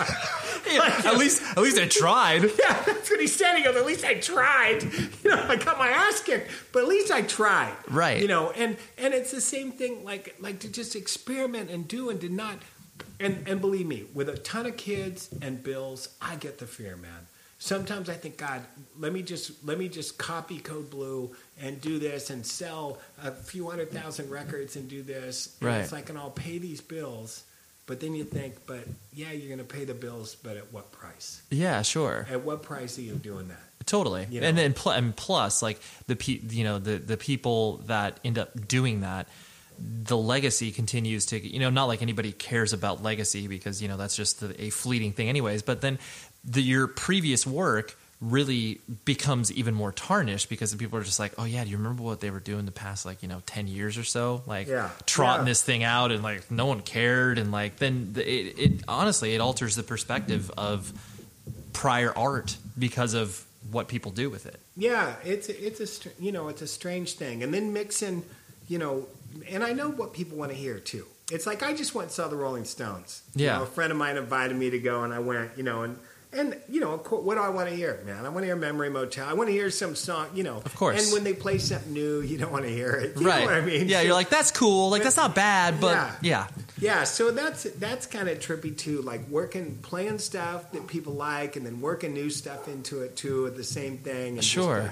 B: at least at least I
C: *laughs*
B: tried.
C: Yeah, that's what he said. He goes, at least I tried. *laughs* You know, I got my ass kicked, but at least I tried.
B: Right.
C: You know, and and it's the same thing. Like like to just experiment and do and to not. And and believe me, with a ton of kids and bills, I get the fear, man. Sometimes I think, God, let me just let me just copy Code Blue and do this and sell a few hundred thousand records and do this. And
B: Right.
C: It's like, and I'll pay these bills. But then you think, but yeah, you're going to pay the bills, but at what price?
B: Yeah, sure.
C: At what price are you doing that?
B: Totally.
C: You
B: And
C: know.
B: then pl- and plus like the pe- you know the the people that end up doing that the legacy continues to you know not like anybody cares about legacy because you know that's just the, a fleeting thing anyways but then the, your previous work really becomes even more tarnished because the people are just like oh yeah do you remember what they were doing the past like you know 10 years or so like
C: Yeah.
B: trotting
C: Yeah.
B: this thing out and like no one cared and like then the, it, it honestly it alters the perspective of prior art because of what people do with it.
C: Yeah, it's it's a str- you know it's a strange thing, and then mixing, you know, and I know what people want to hear too. It's like I just went and saw the Rolling Stones. You
B: Yeah.
C: know, a friend of mine invited me to go, and I went. You know, and and you know, of cour- what do I want to hear, man? I want to hear Memory Motel. I want to hear some song. You know, of
B: course.
C: And when they play something new, you don't want to hear it. *laughs* You Know what I mean,
B: Yeah,
C: So-
B: you're like, that's cool. Like, that's not bad, but
C: Yeah.
B: yeah.
C: yeah, so that's that's kind of trippy too. Like working, playing stuff that people like, and then working new stuff into it too. At the same thing. and just-
B: Sure.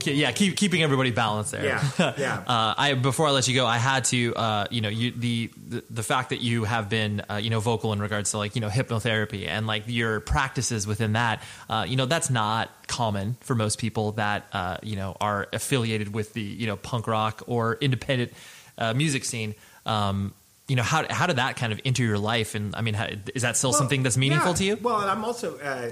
B: Ke- Yeah, keep, keeping everybody balanced there. *laughs*
C: Yeah, yeah.
B: uh, I before I let you go, I had to, uh, you know, you, the, the the fact that you have been, uh, you know, vocal in regards to like you know hypnotherapy and like your practices within that. Uh, you know, that's not common for most people that uh, you know are affiliated with the you know punk rock or independent uh, music scene. Um, you know, how how did that kind of enter your life? And I mean, how, is that still
C: Well,
B: something that's meaningful
C: yeah.
B: to you?
C: Well, and I'm also uh,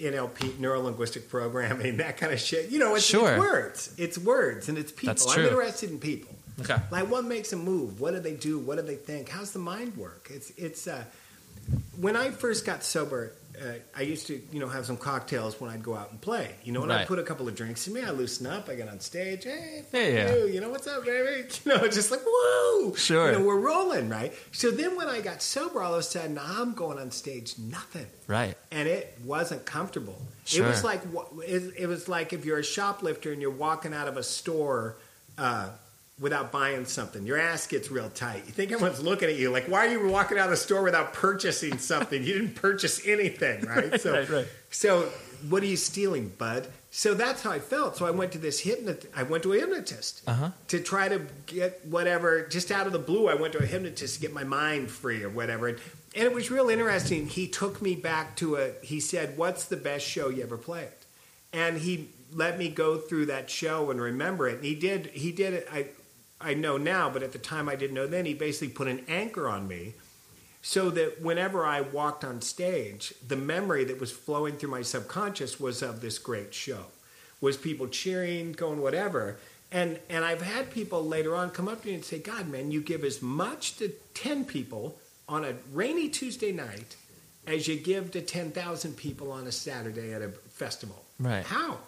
C: NLP, neuro linguistic programming, *laughs* that kind of shit. You know, it's,
B: Sure.
C: it's words. It's words and it's people.
B: That's
C: I'm
B: true.
C: interested in people.
B: Okay.
C: Like what makes them move? What do they do? What do they think? How's the mind work? It's it's uh, when I first got sober, uh, I used to you know have some cocktails when I'd go out and play. You know, and I
B: Right.
C: put a couple of drinks in me. I loosen up. I get on stage. Hey, fuck
B: Yeah, yeah.
C: you. You know what's up, baby? *laughs* You know, just like woo.
B: Sure.
C: You know, we're rolling, right? So then when I got sober, all of a sudden I'm going on stage, nothing
B: Right.
C: and it wasn't comfortable.
B: Sure.
C: It was like wa- it, it was like if you're a shoplifter and you're walking out of a store uh, without buying something, your ass gets real tight. You think everyone's looking at you like, why are you walking out of the store without purchasing something? you didn't purchase anything, right?
B: *laughs*
C: so,
B: right, right.
C: so what are you stealing, bud? So that's how I felt. So I went to this hypnot. I went to a hypnotist
B: Uh-huh.
C: to try to get whatever. Just out of the blue, I went to a hypnotist to get my mind free or whatever. And, and it was real interesting. He took me back to a. He said, "What's the best show you ever played?" And he let me go through that show and remember it. And he did. He did it. I I know now, but at the time I didn't know. Then he basically put an anchor on me so that whenever I walked on stage, the memory that was flowing through my subconscious was of this great show, was people cheering, going whatever. And and I've had people later on come up to me and say, "God, man, you give as much to ten people on a rainy Tuesday night as you give to 10,000 people on a Saturday at a festival.
B: Right.
C: How?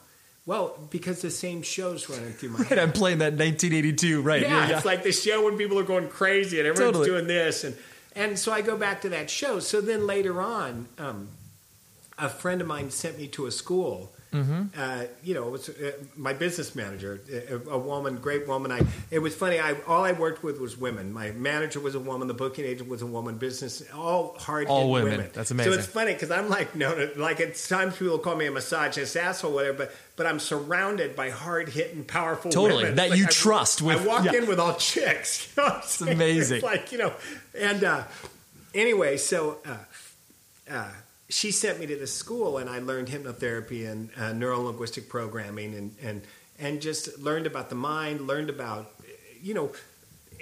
C: Well, because the same show's running through
B: *laughs*
C: my
B: And
C: head.
B: I'm playing that 1982, right?
C: Yeah, it's like the show when people are going crazy and everyone's
B: Totally.
C: doing this, and and so I go back to that show. So then later on, um, a friend of mine sent me to a school.
B: Mm-hmm.
C: Uh, you know, it was uh, my business manager, uh, a, a woman, great woman. I it was funny. I all I worked with was women. My manager was a woman. The booking agent was a woman. Business all hard
B: All women. That's amazing.
C: So it's funny because I'm like no, like at times people call me a misogynist asshole, whatever. But but I'm surrounded by hard hitting, powerful
B: Totally,
C: women.
B: that
C: Like,
B: you
C: I-
B: trust with-
C: I walk
B: yeah.
C: in with all chicks. *laughs* You know what I'm saying?
B: amazing.
C: It's like you know, and uh, anyway, so uh, uh, she sent me to this school, and I learned hypnotherapy and uh, neuro linguistic programming, and and and just learned about the mind, learned about you know.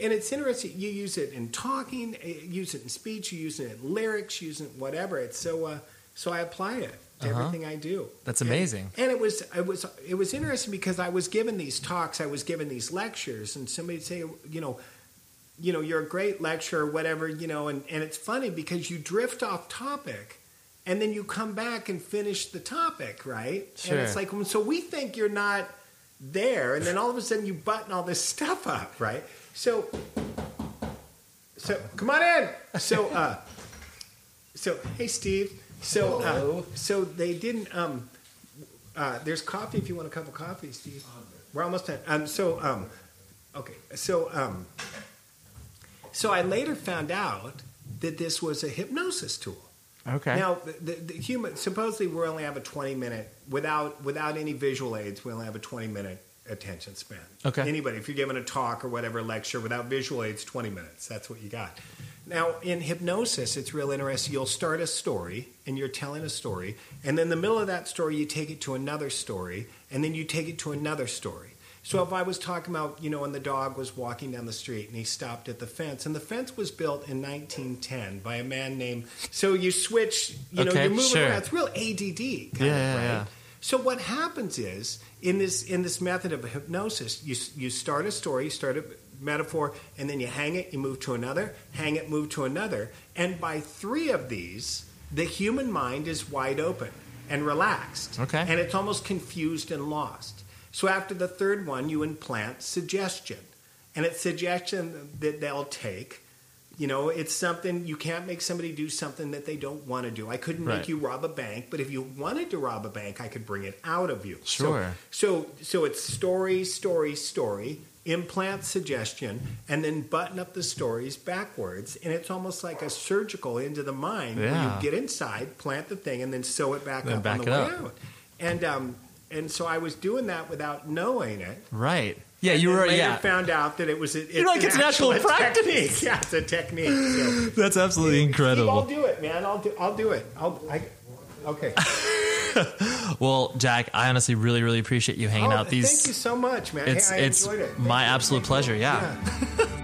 C: And it's interesting. You use it in talking, you use it in speech, you use it in lyrics, you use it in whatever. It's so. Uh, so I apply it to
B: Uh-huh.
C: everything I do.
B: That's
C: And-
B: amazing.
C: and it was it was it was interesting because I was given these talks, I was given these lectures, and somebody'd say, you know, you know, you're a great lecturer, whatever, you know, and, and it's funny because you drift off topic and then you come back and finish the topic, right?
B: Sure.
C: And it's like, well, so we think you're not there, and then all of a sudden you button all this stuff up, right? So so come on in. So uh so hey Steve. So uh, so they didn't um uh, there's coffee if you want a cup of coffee, Steve. We're almost done. Um, so, um, okay. So, um, so I later found out that this was a hypnosis tool.
B: Okay.
C: Now, the, the, the human supposedly we only have a 20 minute without without any visual aids. We only have a 20 minute attention span.
B: Okay.
C: Anybody, if you're giving a talk or whatever lecture without visual aids, 20 minutes. That's what you got. Now, in hypnosis, it's real interesting. You'll start a story and you're telling a story, and then the middle of that story, you take it to another story, and then you take it to another story. So if I was talking about, you know, when the dog was walking down the street and he stopped at the fence, and the fence was built in 1910 by a man named. So you switch, you know,
B: Okay,
C: you're moving
B: sure.
C: around. It's real ADD, kind of,
B: Yeah, yeah,
C: right?
B: yeah.
C: So what happens is in this in this method of hypnosis, you you start a story, you start a metaphor, and then you hang it, you move to another, hang it, move to another, and by three of these, the human mind is wide open and relaxed,
B: Okay.
C: and it's almost confused and lost. So after the third one, you implant suggestion, and it's suggestion that they'll take. You know, it's something you can't make somebody do something that they don't want to do. I couldn't
B: Right.
C: make you rob a bank, but if you wanted to rob a bank, I could bring it out of you. So-
B: Sure.
C: So, so, it's story, story, story, implant suggestion, and then button up the stories backwards. And it's almost like a surgical into the mind where
B: Yeah.
C: you get inside, plant the thing, and then sew it back
B: Then
C: up
B: back
C: on
B: it
C: the way
B: up.
C: out. And um, and so I was doing that without knowing it.
B: Right. Yeah,
C: And
B: you
C: then
B: were.
C: later
B: Yeah,
C: found out that it was a, it's
B: like, it's an actual practice.
C: technique. *laughs* Yeah, it's a technique.
B: *laughs*
C: So.
B: that's absolutely incredible.
C: Steve, I'll do it, man. I'll do. I'll do it. I'll. I, okay.
B: Well, Jack, I honestly really, really appreciate you hanging
C: Oh,
B: out. These
C: Thank you so much, man.
B: it's
C: Hey, I
B: it's
C: enjoyed it. Thank
B: my
C: you.
B: absolute
C: Thank
B: pleasure.
C: you.
B: yeah. *laughs*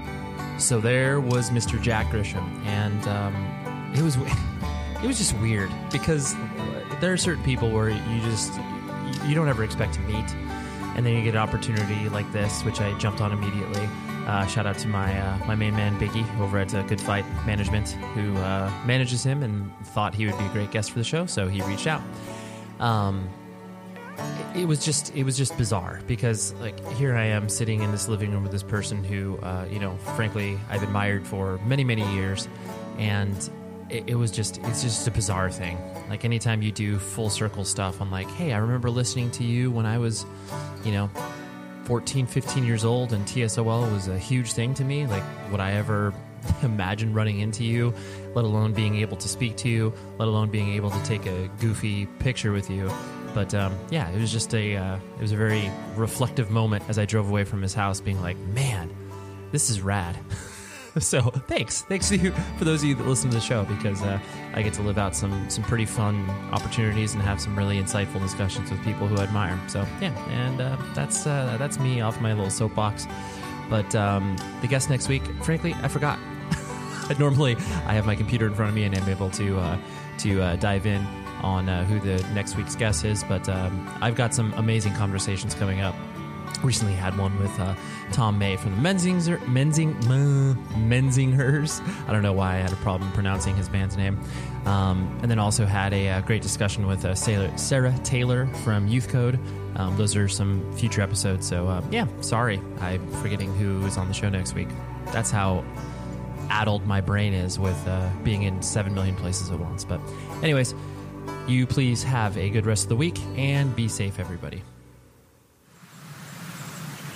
B: So there was Mr. Jack Grisham, and um, it was it was just weird because there are certain people where you just you don't ever expect to meet, and then you get an opportunity like this, which I jumped on immediately. Uh, shout out to my uh, my main man Biggie over at uh, Good Fight Management, who uh, manages him and thought he would be a great guest for the show, so he reached out. Um, it was just it was just bizarre because like here I am sitting in this living room with this person who uh, you know frankly I've admired for many many years and it, it was just it's just a bizarre thing like anytime you do full circle stuff I'm like hey I remember listening to you when I was you know 14 15 years old and TSOL was a huge thing to me like would I ever *laughs* imagine running into you let alone being able to speak to you let alone being able to take a goofy picture with you but um, yeah, it was just a uh, it was a very reflective moment as I drove away from his house, being like, man, this is rad. *laughs* so thanks, thanks to you for those of you that listen to the show because uh, I get to live out some some pretty fun opportunities and have some really insightful discussions with people who I admire. So yeah, and uh, that's uh, that's me off my little soapbox. But um, the guest next week, frankly, I forgot. *laughs* Normally, I have my computer in front of me and I'm able to uh, to uh, dive in on uh, who the next week's guest is. But um, I've got some amazing conversations coming up recently had one with uh, Tom May from the Menzinger, Menzing, mm, Menzingers. I don't know why I had a problem pronouncing his band's name. Um, and then also had a, uh great discussion with uh, Sarah, Sarah Taylor from Youth Code. Um, those are some future episodes. So uh, yeah, sorry, I'm forgetting who is on the show next week. That's how addled my brain is with uh, being in seven million places at once. But anyways, you please have a good rest of the week and be safe, everybody.